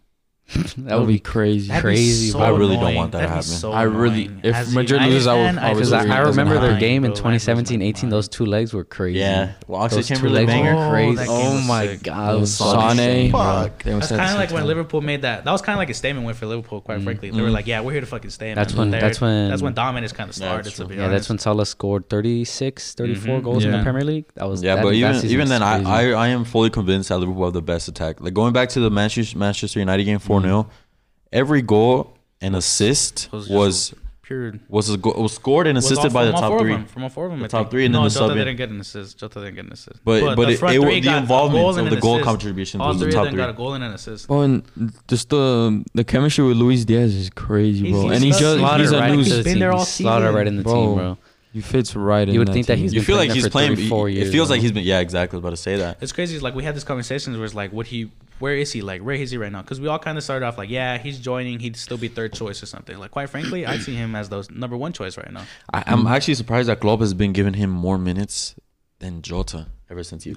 That would be.
crazy.
That'd be
crazy,
so
but I really don't
annoying.
want that to
That'd be
happen.
so
I really-
annoying.
if
As a
Madrid
United
loses, I would-
fan,
I
feel
would
Because
Because
like
I,
agree.
I
it doesn't
remember their
matter,
game in
bro. Like, it doesn't
2017 18,
matter.
those two legs were crazy.
Yeah. Well, Oxley
Those two
Chamberlain
legs
banger.
were
Oh,
crazy.
that game
Oh
was
my
sick.
God. it was
Sane.
Sane.
bro.
Fuck.
They were
That's
sad
kind of
at the
like
same
when
time.
Liverpool made that. That was kind of like a statement win for Liverpool, quite frankly. They were like, "Yeah, we're here to fucking stay." man."
That's when-
They're-
that's when-
That's when dominance kind of started.
that's
to be
Yeah, that's when Salah scored 36, 34
Mhm.
goals in
Yeah.
the Premier League. That was
Yeah,
that,
but
that
even
season
even
was
then, I,
crazy.
I I am fully convinced that Liverpool have the best attack. Like going back to the Manchester Manchester United game four 0 every goal and assist
was
was was
just- pure.
was, a go- was scored and
was all
assisted by
from
the
all
top
four
three.
Of them, from all four of them,
The
I
top
think.
three and then
no,
the sub
Jota
in.
didn't get an assist. Jota didn't get an assist.
But- but
the
it-
front
it was-
three
the
got
involvement
goals and
of
an
the goal
assist.
contributions
All
was the
three
top
of them
three.
got a goal and an assist.
Oh, and just the the chemistry with Luis Diaz is crazy,
He's-
bro.
he's
and he
just
just
slotted
he's a
right
new
into the
s-
been there all
Slaughter
season.
right in the
Bro.
team, bro.
he fits right in.
You would think that
team.
he's
You
been
feel
playing
like
there
he's
for
playing.
34
It
years,
feels like
bro.
he's been. Yeah, exactly. I was about to say that.
It's crazy. Like we had this conversations where it's like, what he, where is he? Like, where is he right now? Because we all kind of started off like, yeah, he's joining. He'd still be third choice or something. Like, quite frankly, I see him as those number one choice right now.
I, I'm actually surprised that Klopp has been giving him more minutes than Jota ever since he.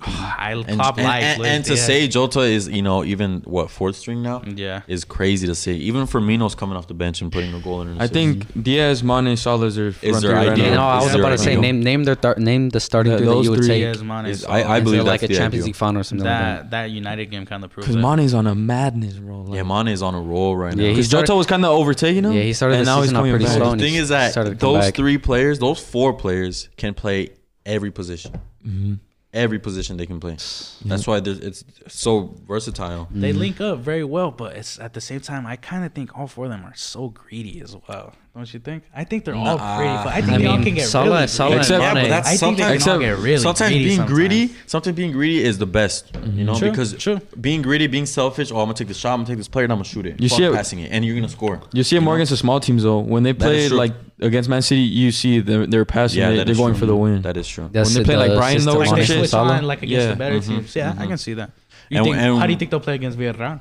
*laughs*
I
And,
Klopp
and,
likes
and,
Luis Mm.
and to
Diaz.
say Jota is you know even what fourth string now
yeah,
is crazy to say. Even Firmino's coming off the bench and putting a goal in. an
I
assist.
think Diaz, Mane, Salah is their front
their
three right
ideal-
Yeah,
now.
no, I
Is
was
there
about to
an
say
ideal?
name name their thir- name the starting
That-
three that
those
you would
three
take.
Diaz, Mane,
is-
Salah.
I, I
into,
believe
like
that's
a
the
Champions
ideal.
League final or something like
that that United game kind of proved
Because
that.
Mane's on a madness, bro. Like,
Yeah, Mane is on a roll right now.
Yeah, he
Because Jota
started-
was kind of overtaking him.
Yeah, he started
and
the
now he's
season off
coming
pretty
back.
slow, and
the thing
he's
is that
started to come
those
back.
three players, those four players, can play every position.
Mm-hmm.
Every position they can play. That's why there's- it's so versatile.
They link up very well, but it's at the same time I kind of think all four of them are so greedy as well. Don't you think? I think they're all pretty. But I think
I
they all
mean,
can get
Salah-
really
Salah and
greedy.
Except-
Mane.
Yeah, but that's-
I think they can
Except-
all get really
sometimes
greedy
being
sometimes.
greedy, sometimes being greedy is the best.
Mm-hmm.
You know,
True,
because
true.
being greedy, being selfish. Oh, I'm gonna take the shot. I'm gonna take this player, and I'm gonna shoot it.
You
Fuck
see Mm-hmm. it-
passing it, and you're gonna score.
You see it more against the small teams though. When they play
is true.
like against Man City, you see they're, they're passing.
Yeah,
they,
that
they're
is
going
true.
for the win.
That is true.
That's
when they
it,
play, like,
the
Brian
system
Lowe and
Like they
on
Mane.
it.
switch
Salah.
on like against
Yeah.
the better teams. Yeah, I can see that. You
And-
think,
and-
how do you think they'll play against Villarreal?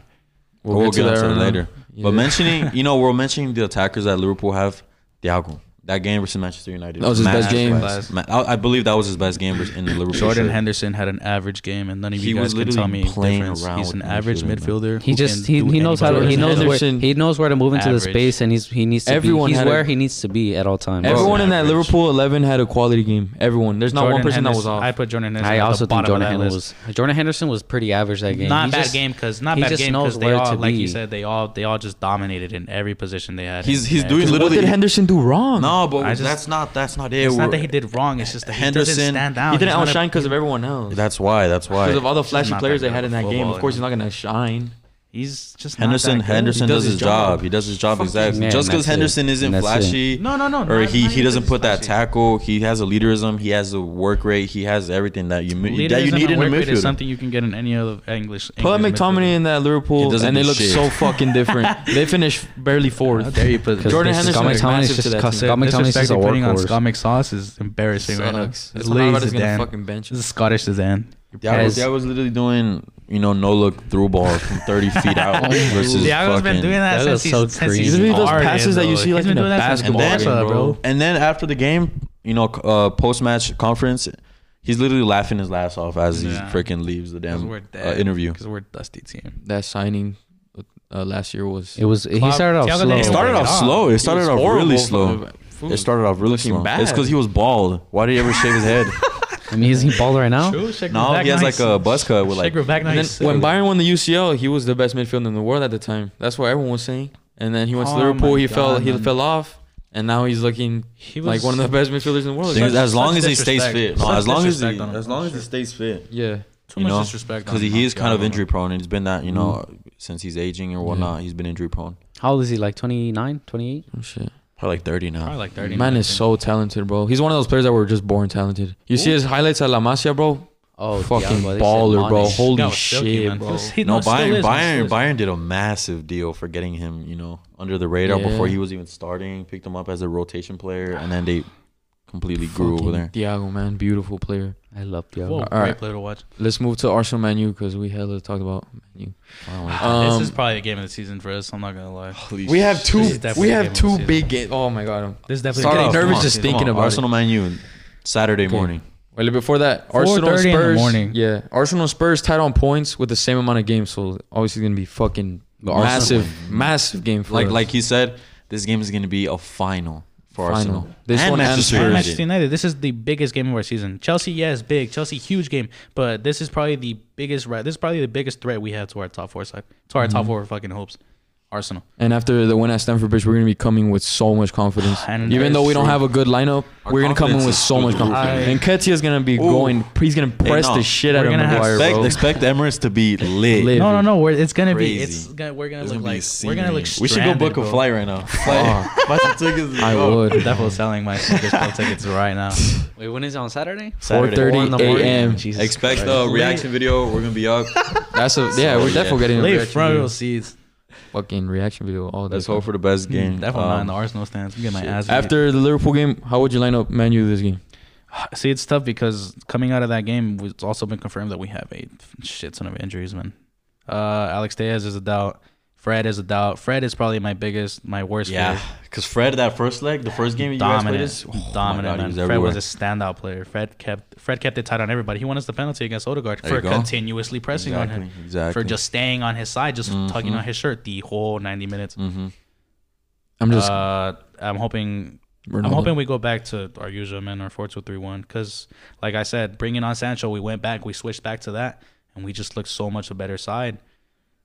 We'll, get,
to
onto
that
that
right
later.
now.
But
Yeah. *laughs*
mentioning, you know, we're mentioning the attackers that Liverpool have. Diago, that game versus Manchester United.
That was his best game.
class. Ma- I, I believe that was his best game versus in the Liverpool.
Jordan
shirt.
Henderson had an average game, and none of
He
you
was
guys can tell
literally
me
playing
difference.
around
He's
with
an
midfielder,
average
man.
midfielder.
He
who
just
can
he,
do
he knows how to
anybody.
he knows where
Henderson.
he knows where to move into
Average.
the space and he's he needs to
Everyone
be, he's
had a-
where he needs to be at all times.
Everyone
Bro.
in that
average.
Liverpool eleven had a quality game. Everyone. There's not one
Jordan
person
Henderson-
that was off.
I put Jordan Henderson.
I
at
also
the bottom
think Jordan
of that
Henderson
list.
was Jordan Henderson was pretty average that game.
Not
He
bad
just-
game because not
he
bad
just
game
knows
because they
where
all
to
like
be.
you said they all they all just dominated in every position they had.
He's- he's
Yeah.
doing
what
literally-
did Henderson do wrong?
No, but
I just-
that's not that's not it.
It's not
We're-
that he did wrong. It's just that Henderson he
Henderson-
doesn't stand out.
he didn't
He's not a-
outshine because of everyone else.
that's why. That's
Because of
why.
all the
He's
flashy
not that
players they
good
had in
of
that
a
game, of
footballer.
course he's not gonna shine.
He's just not
Henderson
that good.
Henderson
He
does his job. He does his job
Fucking
exactly.
man,
Just because
that's it.
Henderson isn't
That's it.
flashy,
No, no, no,
or
not-
he
not
he
even
doesn't
'cause
put that
he's flashy.
tackle. He has a leaderism. He has a work rate. He has everything that you mi- that you
Leaderism
need
and
in a
work rate is
midfielder.
something you can get in any other English.
Put
English
McTominay in that Liverpool,
He doesn't
and they
do
look
shit.
so
*laughs*
fucking different. they finished barely fourth.
you put
'Cause
Jordan
this-
Henderson
Scott McTominay is
is massive to
just
that
cuss-
team.
Scott McTominay is
disrespect
just a
you're putting on Scott
workhorse.
McSauce is embarrassing right now.
Sucks.
It's
That's
literally
why Alvarez is gonna
Zidane.
fucking bench
This
him.
is Scottish Zidane.
Diago
Yes.
Diago's literally doing you know no look through balls from thirty
*laughs*
feet out versus
Diago's been
fucking-
doing that,
That
since
was
he's
so
since he's
crazy.
These are those
started,
passes that you
bro.
see,
He's
like,
been
in a
doing that since
basketball
Barca,
game, bro.
uh, bro.
And then after the game, you know, c- uh, post match conference, He's literally laughing his ass off as
Yeah.
he freaking leaves the
Because
damn
we're
uh,
dead.
interview.
Because we're a dusty team.
That signing uh, last year was
It was he
Klopp-
started off
Thiago
slow.
It
It
started off slow. Oh It started off really slow. It started off really
Looking
slow.
bad.
It's because he was bald. Why did he ever shave his *laughs* head?
I mean, is he bald right now?
True. Shake
No,
back
he has,
nice.
like, a buzz cut with, like-
Shake back
And then
nice.
when Bayern won the UCL, he was the best midfielder in the world at the time. That's what everyone was saying. And then he went to
Oh
Liverpool.
my
He fell.
God,
He
man.
fell off. And now he's looking
he
like one of the best midfielders in the world.
Thing is,
Such-
as long
such
as he stays
disrespect.
fit. No,
Such
as long as
disrespect
he,
on-
as long as he stays fit.
yeah,
too
you
much
know,
disrespect
Because he is kind of injury prone, and he's been that you know
Mm-hmm.
since he's aging or whatnot. He's been injury prone.
How old is he? Like 29, 28?
Oh, shit.
Probably like thirty now.
Probably like thirty.
Man
now, I
is
think.
so talented, bro. He's one of those players that were just born talented. You see his highlights at La Masia, bro.
Oh, Thiago,
Fucking
they said
baller, bro.
Mane.
Holy
Yeah, it was silky,
shit,
man. He
bro.
was- he-
no,
it still
Bayern,
is, man,
Bayern,
still is.
Bayern did a massive deal for getting him, you know, under the radar
Yeah.
before he was even starting. Picked him up as a rotation player, and then they completely grew over
Fucking
there.
Thiago, man, beautiful player.
I love Thiago.
Whoa,
Alright.
great player to watch.
Let's move to Arsenal Manu because we had to talk about Manu.
Wow.
Um,
this is probably a game of the season for us. I'm not gonna lie.
we have two.
This is definitely
We
the
have
game of the
two
season.
big games. Oh my god.
This is
Start
definitely
off,
game of
nervous
the
just
season.
thinking
Come on,
about it.
Arsenal, Man U, Saturday
Okay.
morning.
Well, before that, Arsenal and
4:30 in the
Spurs.
morning.
Yeah, Arsenal and Spurs tied on points with the same amount of games, so obviously going to be fucking
But Arsenal-
massive, massive game for
Like
us.
like he said, this game is going to be a final for
Final.
Arsenal.
This
and
one and
Manchester
Spurs.
And
United.
Manchester United. This is the biggest game of our season. Chelsea, yes, big. Chelsea, huge game. But this is probably the biggest. Right, this is probably the biggest threat we have to our top four side, to our
Mm-hmm.
top four fucking hopes. Arsenal.
and after the win at Stamford Bridge, we're going to be coming with so
*sighs*
much confidence.
And
Even though we don't
true.
have a good lineup,
Our
we're going to come in
confidence
with
is
so
through
much
the roof.
confidence.
I-
And Ketia's going to be
Ooh.
going. He's going to press
no.
the shit out
We're
of
gonna have
Maguire,
Expect,
bro.
expect Emirates to
*laughs*
be lit.
Lit.
No, no, no. We're, it's gonna be.
Crazy.
It's gonna. We're gonna
It's
look
gonna be
like. We're gonna look.
We should go book a flight right now.
*laughs*
Fuck. I
*laughs*
I'm
would.
definitely selling my Snickers Bowl tickets right now.
Wait, when is it on Saturday?
Saturday.
4:30
in the morning.
a.m.
Jesus
Expect
Christ.
the reaction video. We're gonna be up.
That's a yeah.
So, *laughs*
We're
yeah.
definitely getting a
Late
reaction
front row
video.
seats.
Fucking reaction video. All
Let's
this.
hope for the best game.
Mm, Definitely not in the
Um,
Arsenal stands. I'm getting my ass. beat.
After the Liverpool game, how would you line up Manu this game?
See, it's tough because coming out of that game, it's also been confirmed that we have a shit ton of injuries, man. Uh, Alex Diaz is a doubt. Fred is a doubt. Fred is probably my biggest, my worst.
Yeah, because Fred, that first leg, the first game you
fear.
guys
Dominant,
played us, oh my
dominant.
God, he
man.
was
Fred
everywhere.
was a standout player. Fred kept Fred kept it tight on everybody. He won us the penalty against Odegaard
There
for
you go.
continuously pressing on
exactly,
him,
exactly. Mm-hmm.
for just staying on his side, just tugging on his shirt the whole ninety minutes.
hmm
I'm just.
uh, I'm hoping
Ronaldo.
I'm hoping we go back to our usual man, our 4 2 3 1. Because, like I said, bringing on Sancho, we went back, we switched back to that, and we just looked so much a better side.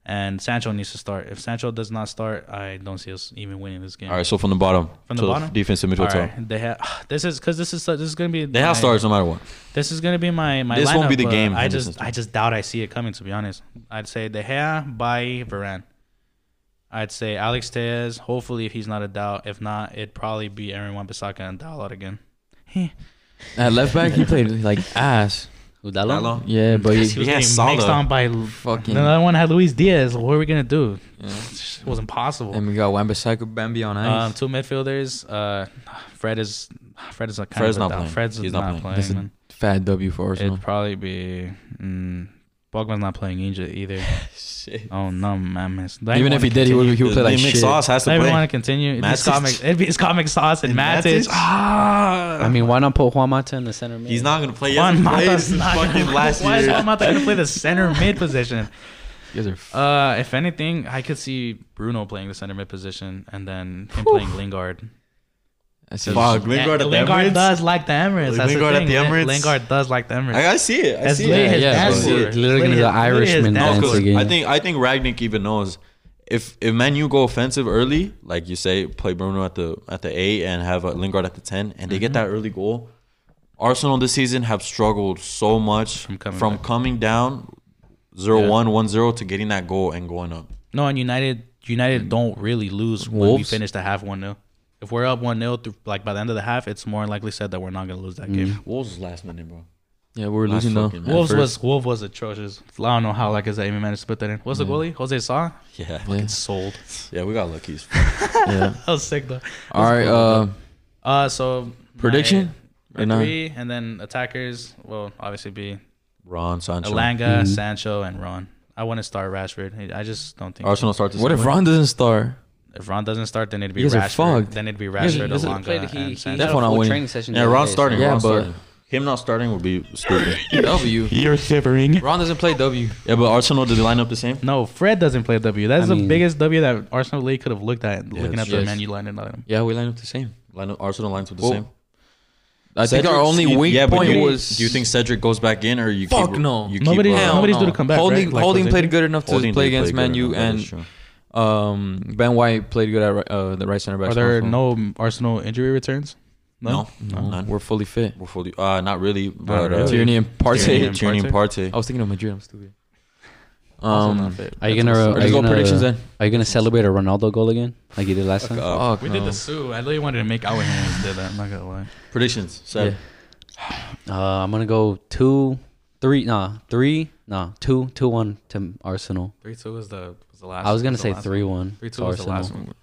And Sancho needs to start. If Sancho does not start, I don't see us even winning this game.
All right, so from the bottom,
From the
to
bottom?
defensive
All
midfield. top.
right. They have *sighs* this is because this is this is gonna be
They have
my-
stars no matter what.
This is gonna be my my.
This won't
lineup,
be the
but
game
I
Henderson
just I just doubt I see it coming. To be honest, I'd say De Gea by Varane. I'd say Alex Tellez. Hopefully, if he's not a doubt. If not, it'd probably be Aaron Wan-Bissaka and Dalot again.
At left back, he played like ass.
Udalo?
Mm.
Yeah, but
He
he,
was
Yeah,
getting
Salah.
mixed on by
fucking.
another one had Luis Diaz. What are we gonna do? It was impossible.
And we got Wambasaka Bambi on ice.
Um, two midfielders. Uh, Fred is Fred is a kind
Fred's
of a
not
doubt.
playing.
Fred's
He's
not,
not
playing.
playing.
That's a
man.
Fat W for Arsenal.
It'd probably be. Mm, Bogman's not playing Egypt either.
Shit.
Oh no, man! miss. Do I
Even
wanna
if he did, he would, he would play like
Nick
shit.
Sauce has
Do
to
I even
play.
want to continue? It's
Matic?
comic. It'd be it's comic sauce and, Matic.
Matic?
Ah,
I mean, why not put Juan Mata in the center mid?
He's not gonna play. He
Juan
hasn't played
Mata's
since
not gonna-
fucking last
Why is
year.
Juan Mata gonna play the center mid position?
You guys are f-
Uh, if anything, I could see Bruno playing the center mid position and then him playing Lingard.
that's just-
Fuck, Lingard at the
Lingard
Emirates?
does like the Emirates. That's
Lingard
the
at
thing.
the
Lin-
Emirates?
Lingard does like the Emirates.
I, I see it. I
That's
see
literally
it.
his
Yeah, yeah,
dance
bro.
floor.
Literally gonna do the
his
Irishman
dance
dance
floor.
No, 'cause
again.
I think I think Ragnick even knows if if Man U go offensive early, like you say, play Bruno at the at the eight and have uh, Lingard at the ten, and they get
Mm-hmm.
that early goal. Arsenal this season have struggled so much from
coming
coming,
back.
down 0-1, 1-0 to getting that goal and going up.
No, and United United don't really lose when we
Wolves?
finish the half one 0 If we're up one 0 through like by the end of the half, it's more likely said that we're not gonna lose that game.
Wolves was last minute, bro.
Yeah, we're
Last
losing though.
fucking
Wolves
At
was Wolf was atrocious. I don't know how like is that even managed to put that in. What's
Mm.
the goalie? Jose Sa?
Yeah, *laughs*
Yeah.
*laughs* Sold.
yeah, we got lucky. as fuck.
first. yeah.
That was sick though.
All right. Uh,
Uh so
Prediction?
my-
Or not?
three and then attackers will obviously be
Ron Sancho.
Alanga, Sancho, and Ron. I want to start Rashford. I just don't think
Arsenal starts.
what if Ron doesn't start?
if Ron doesn't start, then it'd be
You guys are
Rashford.
fucked.
Then it'd be
guys-
Rashford,
this is-
Alanga, and Sancho.
That's what I'm winning.
session.
Yeah, Ron's starting.
Yeah,
Ron's
but
starting. Him not starting would be
*laughs*
stupid. *laughs*
W.
You're shivering.
Ron doesn't play W.
yeah, but Arsenal did they line up the same?
No, Fred doesn't play W. That's
I
the
mean-
biggest W that Arsenal league could have looked at looking at
it's-
the
yes.
Man U line and not him.
Yeah, we line up the same.
Line up, Arsenal lines with the
Well,
same.
I think our
Cedric-
only
you-
weak
yeah, but
point
you-
was.
Do you think Cedric goes back in, or you?
Fuck
keep,
no.
You
Nobody-
keep, uh,
nobody- Nobody's due to come back,
Holding,
right? Like,
Holding
was it-
played good enough to
Holding
play
did
against
good
Man U,
enough, that is
and
true.
um, Ben White played good at ri- uh, the right center back.
Are
spot,
there
so-
no Arsenal injury returns?
no,
No,
none.
We're fully fit.
We're fully, uh, not really. But, uh,
really.
Tierney and
Tierney
Partey. Oh.
and Tierney and Partey.
I was thinking of Madrid. I'm stupid.
Also
Um,
not fit.
Are you gonna?
Let's
Are you
go
gonna,
predictions then.
Are you gonna celebrate a Ronaldo goal again, like you did last time?
Uh,
Fuck
Oh, We
no.
did the Sue. I literally wanted to make our hands did that. I'm not gonna lie.
predictions. Seb.
Yeah.
*sighs* Uh, I'm gonna go two, three, nah, three, nah, two, two, one to Arsenal.
Three two was the was the last.
I was gonna say three one.
Three
to
two was the
Arsenal.
last one.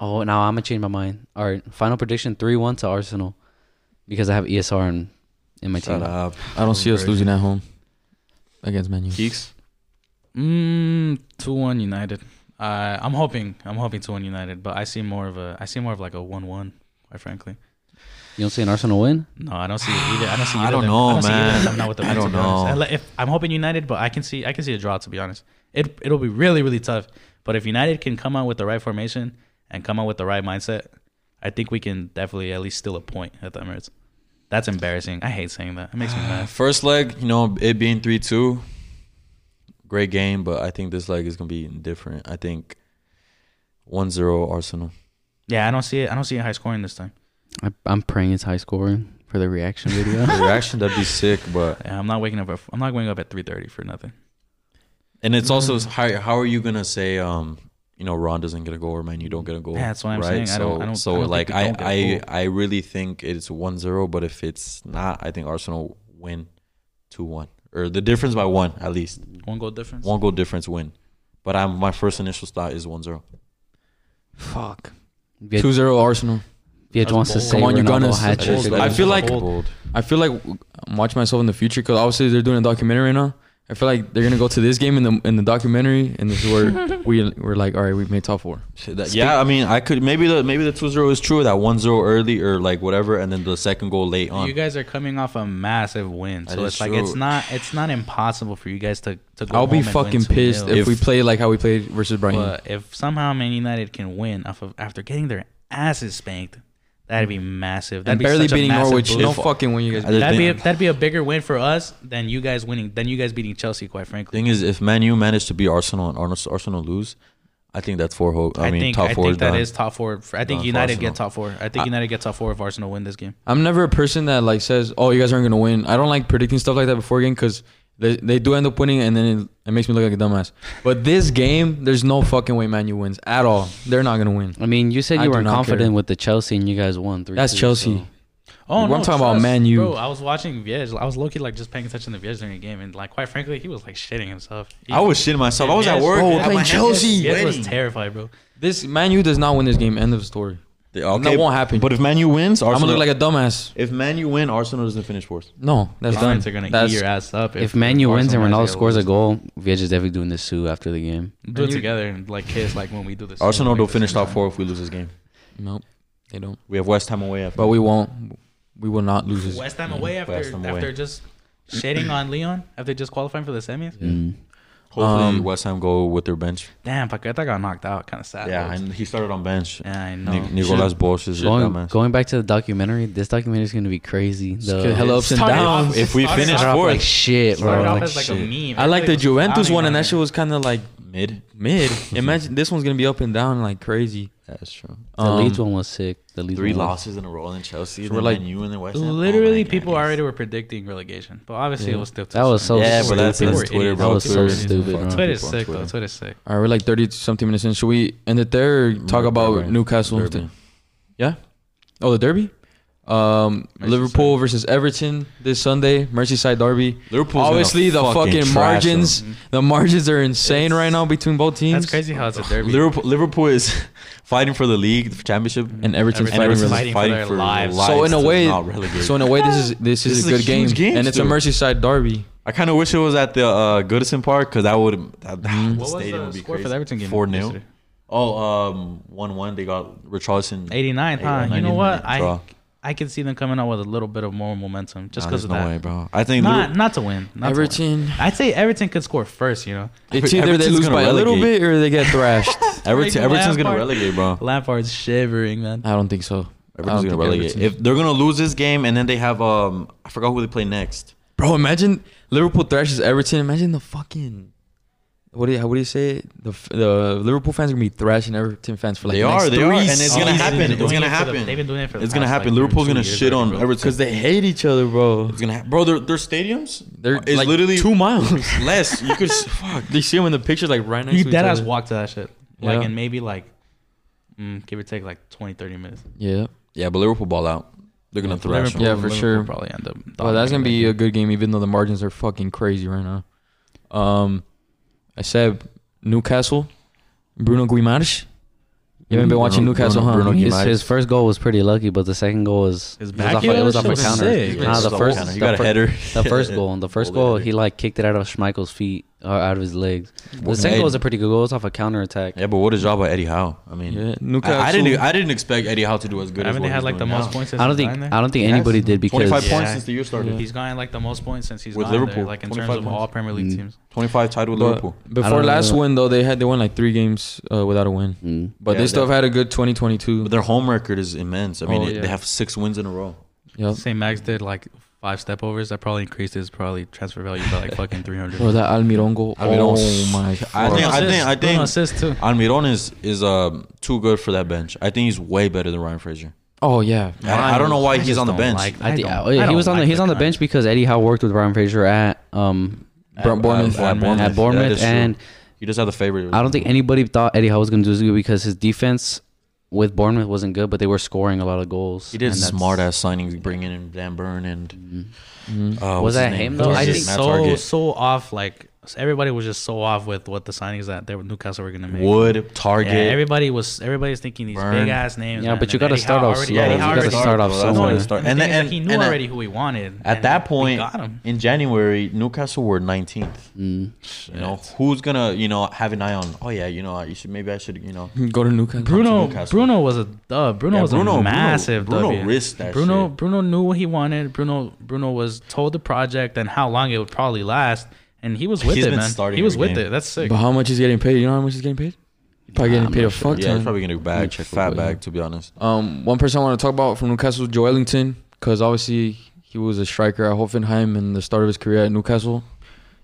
Oh, now I'm gonna change my mind. All right, final prediction: three one to Arsenal, because I have ESR in, in my
Shut
team.
up.
I don't see us losing at home against Man U.
Keeks.
Mm, two one United. Uh, I'm hoping I'm hoping two one United, but I see more of a I see more of like a one one. Quite frankly,
You don't see an Arsenal win?
no, I don't see either. I don't see.
*sighs* I
Either
don't
of them.
know,
I don't See either
man.
of them. not with the
I
Reds,
don't
to be honest.
know.
And, like, If I'm hoping United, but I can see I can see a draw. To be honest, it it'll be really really tough. But if United can come out with the right formation and come out with the right mindset, I think we can definitely at least steal a point at the Emirates. That's embarrassing. I hate saying that. It makes
*sighs*
me mad.
First leg, you know, it being three two. Great game, but I think this leg is gonna be different. I think 1-0
*laughs*
Arsenal.
Yeah, I don't see it. I don't see it high scoring this time.
I, I'm praying it's high scoring for the reaction video. *laughs*
The reaction that'd be sick, but
Yeah, I'm not waking up. At, I'm not going up at three thirty for nothing.
and it's also
Mm-hmm.
how how are you gonna say um you know Ron doesn't get a goal or man you don't get a goal.
Yeah, that's what I'm
right?
saying. I
So
don't- I don't-
so
I don't think
like
we
I
don't get a
I I really think it's 1-0, but if it's not, I think Arsenal win two one or the difference by one at least
One goal difference.
one goal difference win. But I'm my first initial thought is 1-0.
*laughs* Fuck.
Viet,
2-0 Arsenal.
Viet wants to
bold.
say
Come on, you
Ronaldo
Gunners.
hat
That is-
trick.
that I is feel like-
bold.
I feel like I'm watching myself in the future because obviously they're doing a documentary right now. I feel like they're gonna go to this game in the in the documentary, and this is where we we're like, all right, we made top four.
Shit, that- yeah, I mean, I could maybe the maybe the 2-0 is true that 1-0 early or like whatever, and then the second goal late on.
You guys are coming off a massive win,
That
so
is
it's like
true.
it's not it's not impossible for you guys to to go.
I'll be
home and win
fucking
2-0.
pissed if,
If-
we play like how we played versus Brighton.
but if somehow Man United can win off of after getting their asses spanked, that'd be massive. That'd
And
be
barely
such a
beating
massive
Norwich.
boost.
Don't fucking win, you guys.
I just
That'd be a,
think-
that'd be a bigger win for us than you guys winning than you guys beating Chelsea. Quite frankly,
Thing is, if Man U managed to beat Arsenal and Arnos- Arsenal lose, I think that's four. Ho- I, mean,
think
top
I
four
think
is
that
done.
is top four. I think
Done for
United
Arsenal.
get top four. I think United get top four if Arsenal win this game.
I'm never a person that like says, "Oh, you guys aren't gonna win." I don't like predicting stuff like that before a game because they, they do end up winning, and then it, it makes me look like a dumbass. But this game, there's no fucking way Man U wins at all. They're not gonna win.
I mean, you said
I
you
do
weren't
not
confident
care.
with the Chelsea, and you guys won three.
That's Chelsea.
Oh,
We're
no,
talking about
trust.
Man U.
Bro, I was watching Viej. I was low key like just paying attention to Viej during the game, and like quite frankly, he was like shitting himself. He-
I was shitting myself. I was at
Viej-
work.
Bro,
man.
we're playing
My hand-
Chelsea.
Viej was
winning.
terrified, bro.
This Man U does not win this game. End of story.
Okay,
That won't happen.
But if Man U wins,
I'm
Arsenal.
gonna look like a dumbass.
if Man U win, Arsenal doesn't finish fourth.
No, that's
His fans
done.
are gonna
That's-
eat your ass up
If Manu wins and
Arsenal
Ronaldo
has to
scores a
lose.
goal, Viet is definitely doing this too after the game.
do it
you-
together and like kiss like when we do this.
Arsenal
Like,
will
this
finish
is
top
fine.
four if we lose this game.
no, they don't.
We have West Ham away. After.
But we won't. We will not lose this.
West Ham away after
West Ham
after
away.
just shitting on Leon after just qualifying for the semis.
Mm.
Hopefully,
Um,
West Ham go with their bench.
Damn, Paqueta got knocked out. Kind of sad.
Yeah,
bro.
and he started on bench.
yeah, I know.
Ni- Nicolas Bosch is a
Going,
dumbass.
going back to the documentary, this documentary is going to be crazy. The,
Hello ups and
Started
downs.
off-
If we
started
finish
off-
Started off
fourth,
like shit, bro.
started off
Like,
as like a
shit.
meme.
I like
Everybody
the
was
Juventus
clowning
one, and
on
that
him.
shit was kind of like
mid.
mid. Imagine this one's gonna be up and down like crazy.
That's true.
the Leeds
Um,
one was sick. The Leeds
Three
one was-
losses in a row in Chelsea.
We're
We're
like-
like you and the West. Ham? Oh
Literally,
my
people
goodness.
already were predicting relegation, but obviously
Yeah.
it was still.
That was so
Yeah, but
stupid.
that's,
People
that's
were
Twitter,
idiots.
bro.
That was so
Twitter-
stupid,
fuck
bro.
Twitter's
people on
sick though.
Twitter.
Twitter's sick.
All right, we're like 30, something minutes in. Should we end it there? Talk about
Derby.
Newcastle.
Derby.
Oh, the derby. Um, Liverpool versus Everton this Sunday, Merseyside derby.
Liverpool's
Obviously, the
gonna
fucking,
trash
margins,
them.
*laughs* the margins are insane right now between both teams.
That's crazy how it's a derby.
Liverpool, Liverpool is *laughs* fighting for the league, the championship,
And Everton's
and Everton's
fighting,
fighting for their lives.
So in a
to
way,
not relegate.
so in a way,
*laughs*
this is this is
This is
a
a
good
huge
game,
game
and it's a
still.
Merseyside derby.
I kind of wish it was at the uh, Goodison Park because that would that, that
Mm-hmm. What was
stadium
the
would be
score
crazy.
for the Everton game?
Four 0
yesterday?
Oh, um, one one. They got Richarlison.
89th, huh? You know
89th
what?
draw.
I I can see them coming out with a little bit of more momentum just
Nah,
because
there's
of
no
that.
way, bro. I think
Not
Liver-
not to win. Not to win.
Everton.
I'd say Everton could score first. You know,
It's either they
Everton's
lose
gonna
by a little
relegate.
bit or they
*laughs*
get thrashed.
Everton,
Making
Everton's gonna
Lampard-
relegate, bro.
Lampard's shivering, man.
I don't think so. I don't
Everton's gonna
think
relegate.
Everton-
If they're gonna lose this game and then they have um, I forgot who they play next.
Bro, imagine Liverpool thrashes Everton. Imagine the fucking what do you what do you say? The f- the Liverpool fans are gonna be thrashing Everton fans for like
They
the next *laughs*
are, they
three
are, and it's gonna
seasons.
happen.
They've been
It's
doing
gonna
it for the-
happen.
they've been doing it for the
It's gonna
past,
happen.
like,
Liverpool's
two
gonna
years
shit
already,
on
bro.
Everton
because they hate each other, bro.
It's gonna happen, bro. Their their stadiums
They're
is
like
literally
two miles.
*laughs* less. You could s- fuck.
they see them in the pictures like right next
You
to each
dead ass
other.
walk to that shit. Like
Yeah.
in maybe like, mm, give or take like 20, 30 minutes.
Yeah,
Yeah, but Liverpool ball out. They're gonna thrash.
Yeah,
them.
for sure.
Probably end up.
well, that's gonna be
uh,
dominating.
a good game, even though the margins are fucking crazy right now. Um, I said Newcastle, Bruno Guimaraes. You haven't been watching
Bruno-
Newcastle,
Bruno-
huh?
Bruno
His,
Guimaraes.
his first goal was pretty lucky, but the second goal was
His
it was
back
off,
heel
it was
was
off a
so
counter.
sick.
Nah, the
Just a
first
counter. You
the
got
fir-
a header.
The
*laughs*
first goal, the first
Well,
goal,
yeah.
he like kicked it out of Schmeichel's feet or out of his legs. The second goal was a pretty good goal. It's off a counter attack.
Yeah, but what a job by Eddie Howe. I mean,
Yeah,
I,
Newcastle.
I didn't. e, I didn't expect Eddie Howe to do as good. as
Haven't
what
they
he's
had like the
doing
most
now.
points? Since
I don't
he's
think
been there?
I don't think anybody did because
25
Yeah.
points since the year started.
He's gotten like the most points since he's
With
gone there,
Liverpool,
like in
25
terms of
points.
all Premier League
Mm.
teams.
Twenty-five tied with
But
Liverpool.
I
Before
don't
last
know.
win though, they had they won like three games uh, without a win,
Mm.
but
Yeah,
they still
they-
have had a good 2022.
But their home record is immense. I mean,
Oh,
it-
yeah.
they have six wins in a row.
Yep.
St. Max did like five step overs. That probably increased his probably transfer value by like fucking three hundred.
Bro, that Almiron goal.
Almiron.
Oh my!
I
fuck.
think- I think- I think-
assist too.
Almiron is is um, too good for that bench. I think he's way better than Ryan Fraser.
oh yeah.
I, I don't know why he's
just
on the
don't
bench.
like that.
I, think
don't-
uh,
I
he
don't
was on
like
the he's
that
on the
guy.
bench because Eddie Howe worked with Ryan Fraser at um
at Bournemouth,
Bournemouth.
at
That
Bournemouth,
is true.
and
he does have the favorite.
I don't think anybody thought Eddie Howe was going to do as good because his defense with Bournemouth wasn't good, but they were scoring a lot of goals.
he did
and that's-
smart ass signings, bringing in Van Burn and
Mhm.
uh,
Was
what's
that
his name?
him,
It
though?
was
I
Target,
just
Matt
so
Target.
so off. Like everybody was just so off with what the signings that they were, Newcastle were gonna make.
Wood
Yeah,
Target.
everybody was everybody's thinking these
Burn.
big ass names.
Yeah,
man,
but you
and
got to
Eddie
start
Howe
off
already-
slow.
Yeah,
Eddie
You
that's
Howe
got to
already-
hard,
start off
bro. That's hard
No,
slow.
to
and
man.
the
start.
thing
And
is
then-
that he
and-
knew
and then-
already who he wanted.
At
and
that
we
point,
got him.
in January, Newcastle were 19th.
Mm.
You know who's gonna you know have an eye on? Oh yeah, you know you should maybe I should you know.
Go to Newcastle.
Bruno
Newcastle.
Bruno was a dub. Bruno
Yeah,
was
Bruno- Bruno-
a massive
Bruno
W.
risked that
Bruno
shit.
Bruno knew what he wanted. Bruno Bruno was told the project and how long it would probably last, and he was with
He's
it,
been
man.
starting
He was
every
with
game.
it. That's sick.
But how much he's getting paid? You know how much he's getting paid? Probably getting
I'm
paid
not
a
sure.
fuck
Yeah, he's
ton.
probably gonna bag
check
fat
real quick.
bag to be honest.
Um, one person I want to talk about from Newcastle, Joe Ellington, because obviously he was a striker at Hoffenheim in the start of his career at Newcastle,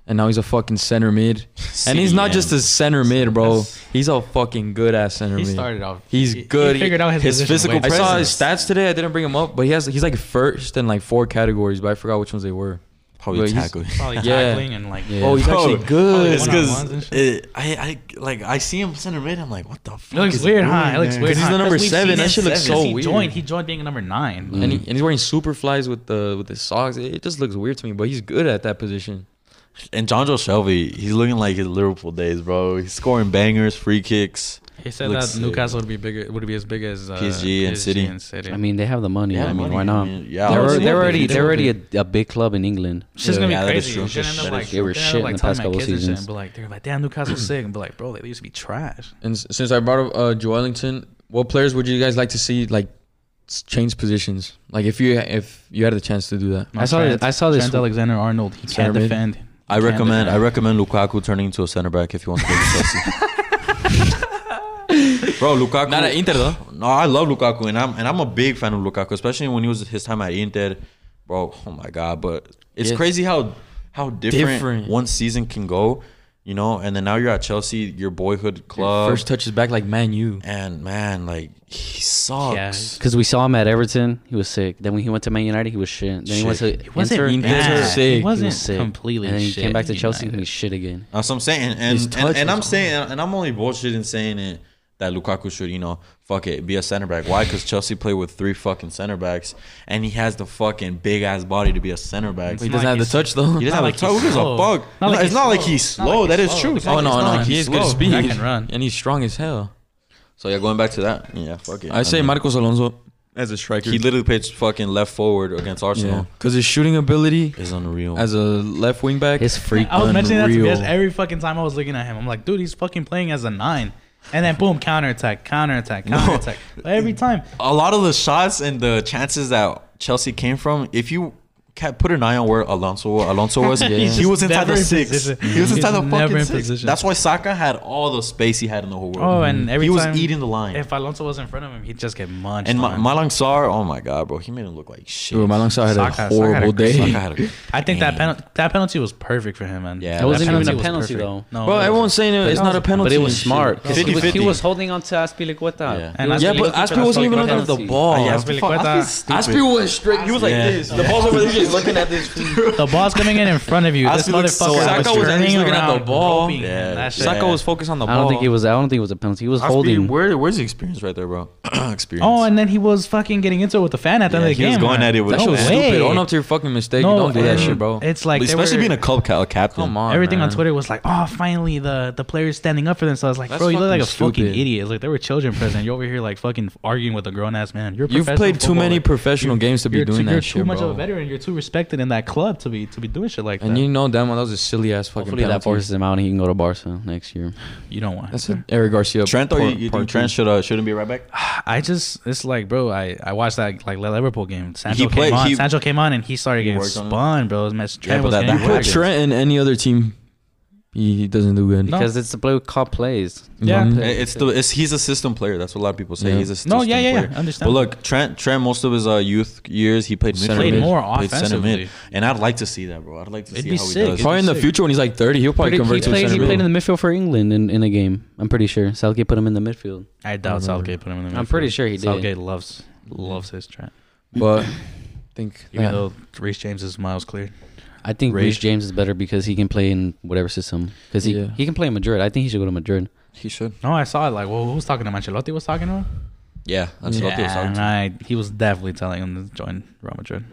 and now he's a fucking center mid. And he's not just a center mid, bro. He's a fucking good ass center
he
mid.
started off.
He's
he-
good.
He figured out his,
His
position
physical
way
I
too
saw
early.
his stats today. I didn't bring him up, but he has he's like first in like four categories, but I forgot which ones they were. Bro,
probably
he's-
tackling. *laughs*
Probably
Yeah.
tackling and like.
Yeah. Oh, he's
Bro,
actually good.
It's
One-on-ones and
because
shit.
I, I like I see him center mid. I'm like, what the fuck?
It looks
is
weird,
he
huh? It
doing
looks
there?
weird.
'Cause he's
huh?
the number seven.
we've
That
seen
shit looks
seven.
so
he
weird. Mm.
Joined, he joined being number nine.
and, he, and he's wearing super flies with the with his socks. It, it just looks weird to me, but he's good at that position.
And John Joe Shelby, he's looking like his Liverpool days, bro. He's scoring bangers, free kicks.
He said
Looks
that
sick.
Newcastle would be bigger, would be as big as uh,
PSG and City.
And City.
I mean, they have the money.
Yeah,
I mean,
money,
why not?
I mean, yeah,
they're,
obviously.
they're already
They
they're already a, a big club in England.
It's just gonna be
Yeah, that is
crazy.
true.
You're gonna end
That
up,
is
like,
true. They were
you're gonna end
shit
up,
in
like,
the
telling
past
my
couple
kids and shit
seasons.
And be like, they're like, damn, Newcastle's sick. And be like, bro, like, they used to be trash.
And s- since I brought up uh, Joe Ellington, what players would you guys like to see like s- change positions? Like if you if you had the chance to do that,
I saw this- I saw this-
Trent Alexander Arnold. He
Center
can't
mid.
defend.
I
He can't
recommend I
defend.
recommend Lukaku turning into a center back if you want to go to
*laughs*
Chelsea. Bro, Lukaku.
Not at Inter, though.
No, I love Lukaku, and I'm and I'm a big fan of Lukaku, especially when he was his time at Inter. Bro, oh my god! But it's
Yeah.
crazy how how different,
Different.
one season can go, you know. And then now you're at Chelsea, your boyhood club,
first touches back like Man U.
and man, like he sucks.
Because we saw him at Everton, he was sick. Then when he went to Man United, he was shit. Then he went to
Shit.
He wasn't
Inter,
bad.
Inter-
Inter-
sick.
He wasn't
he was sick.
completely.
And then he
shit
came back to
at
Chelsea and
United.
he's shit again.
That's what I'm saying, and
His
and,
touch
and, I'm
was-
saying, and I'm only bullshitting saying it that Lukaku should, you know, fuck it, be a center back. Why? Because Chelsea play with three fucking center backs, and he has the fucking big ass body to be a center back.
He
He
not
doesn't have the
like
touch though.
doesn't
not
have
like
a toe. Who
he's
gives a
slow.
fuck? No,
Not like he's
it's not like
slow.
he's
Not like
slow.
he's
That is
slow.
true.
It's
*laughs* Oh
not
no,
like
no,
he's
he is good
slow.
speed
That can run.
and he's strong as hell.
So yeah, going back to that. Yeah, fuck it.
I say
mean,
Marcos Alonso as a striker.
he literally pitched fucking left forward against
yeah,
Arsenal.
because his shooting ability
Is unreal.
as a left wing back.
His freak.
Oh, I was mentioning that to
Unreal.
BS every fucking time I was looking at him. I'm like, dude, he's fucking playing as a nine. and then boom, counterattack, counterattack, counterattack. Every time.
a lot of the shots and the chances that Chelsea came from, if you kept put an eye on where Alonso Alonso
*laughs*
was, he was inside
never
the
in
six.
position.
He was inside
He's
the
never
fucking
in
six.
position.
That's why Saka had all the space he had in the whole
Oh,
world.
and every
he was
time
eating the line.
If Alonso was in front of him, he'd just get munched.
and Ma-
on.
Malang Sarr, oh my god, bro, he made him look like shit.
Dude, Malang Sarr had
Saka- Saka
a
had a
horrible
great-
day.
Saka had a-
I think that penalty that penalty was perfect for him, man.
Yeah,
That
that
wasn't even a
was
penalty,
perfect.
though.
No,
Bro,
it
everyone's saying it- it's not a penalty.
Oh, But it was
and shit.
smart. 'cause he, was, he
50-50.
was holding on to Aspilicueta.
Yeah.
And
He
Aspilicueta
was looking
Yeah, but
for
Aspi wasn't even looking at the
penalty.
ball.
Oh, yeah,
Aspilicueta-
fuck, Aspi's stupid.
Aspi went straight. He was like
Yeah.
this. The ball's over there. He's
*laughs*
just looking at this.
The ball's coming in in front of you. this
Aspie looked
motherfucker
so-
was
Saka was at least
turning
looking at
around,
the ball.
groping him.
Yeah.
That shit.
Saka was focused on the
I
ball.
don't think it was. I don't think it was a penalty. He was
Aspie,
holding.
Where, where's the experience right there, bro? *clears throat* experience.
Oh, and then he was fucking getting into it with the fan at the end
Yeah,
of the
he
game.
was going
man.
at it with-
That
No
shit was
way.
stupid. Own up to your fucking mistake.
No,
Don't do that
and
shit, bro.
It's like they
especially
were-
being a club ca- captain.
Come on.
Everything on
man.
Twitter was like, "Oh, finally the the players standing up for themselves." Like,
That's
bro, you look like a
fucking
fucking
stupid.
idiot. It's like there were children present. You're over here like fucking arguing with a grown ass man. You're a
You've
professional
played too many
footballer.
professional games to be
you're
doing
too,
that
you're
shit,
too much
bro.
of a veteran. You're too respected in that club to be to be doing shit like
And
that.
you know damn well that was a silly ass fucking
Hopefully that
penalty.
forces him out and he can go to Barca next year.
You don't want.
That's it. Eric Garcia.
Trent, or
part-
you, you
part
think Trent
two.
should uh, shouldn't be right back?
I just it's like, bro. I I watched that like Liverpool game. Sancho
He played-
came on.
he-
Sancho came on and he started getting
worked on it.
spun, bro. His mess. Trent
but
was
that-
getting
that
Put
whacked.
happens.
Trent in any other team, he, he doesn't do good.
No.
Because it's to play with cop plays.
You know what I
Yeah.
mean?
It- It's the it's, he's a system player. That's what a lot of people say.
Yeah.
He's a system
No, yeah, yeah, yeah.
player.
Understand.
But look, Trent Trent most of his uh, youth years he played
Center
midfield.
mid. Played
more
center mid.
offensively.
and I'd like to see that, bro. I'd like to
It'd
see
be
how
sick.
he does.
It'd
Probably in the
sick.
future when he's like 30, he'll probably
He
convert to a
played,
center
he
mid.
played in the midfield for England in, in a game. I'm pretty sure. Southgate put him in the midfield.
I doubt Southgate put him in the.
I'm
midfield.
pretty sure he did.
Southgate loves loves his Trent.
But I think
Even
that-
though Reece James is miles clear.
I think
Rage.
Reece James is better because he can play in whatever system. Because he,
Yeah.
he can play in Madrid. I think he should go to Madrid.
he should.
No, I saw it. Like, well, who was talking to him? Ancelotti was talking to him.
Yeah, that's what I was talking
and
to.
I, he was definitely telling him to join Real Madrid.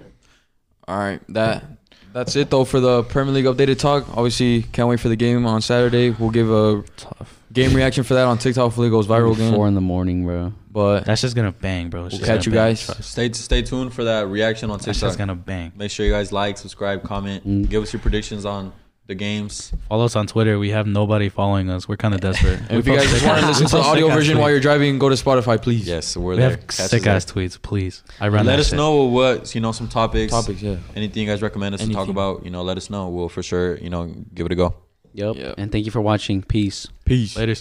All right, that that's it though for the Premier League updated talk. Obviously, can't wait for the game on Saturday. We'll give a
Tough.
game reaction for that on TikTok. Hopefully, it goes viral again.
Four in the morning, bro.
But
That's just gonna bang, bro. It's
We'll
just
catch
gonna
you
bang.
guys.
Trust.
Stay stay tuned for that reaction on
That's just
TikTok.
gonna bang.
Make sure you guys like, subscribe, comment,
Mm.
give us your predictions on the games.
Follow us on Twitter. We have nobody following us. We're kind of desperate.
And if you guys just want
*laughs*
to listen to the audio version while you're driving, go to Spotify, please.
Yes, we're
we
there.
have
Catch us
sick
there.
ass tweets, please. I run.
Let
that
us
shit.
know what you know some topics.
Topics, yeah.
Anything you guys recommend us to talk
Anything.
about, you know, let us know. We'll for sure, you know, give it a go.
Yep.
Yep.
And thank you for watching. Peace.
Peace.
Later.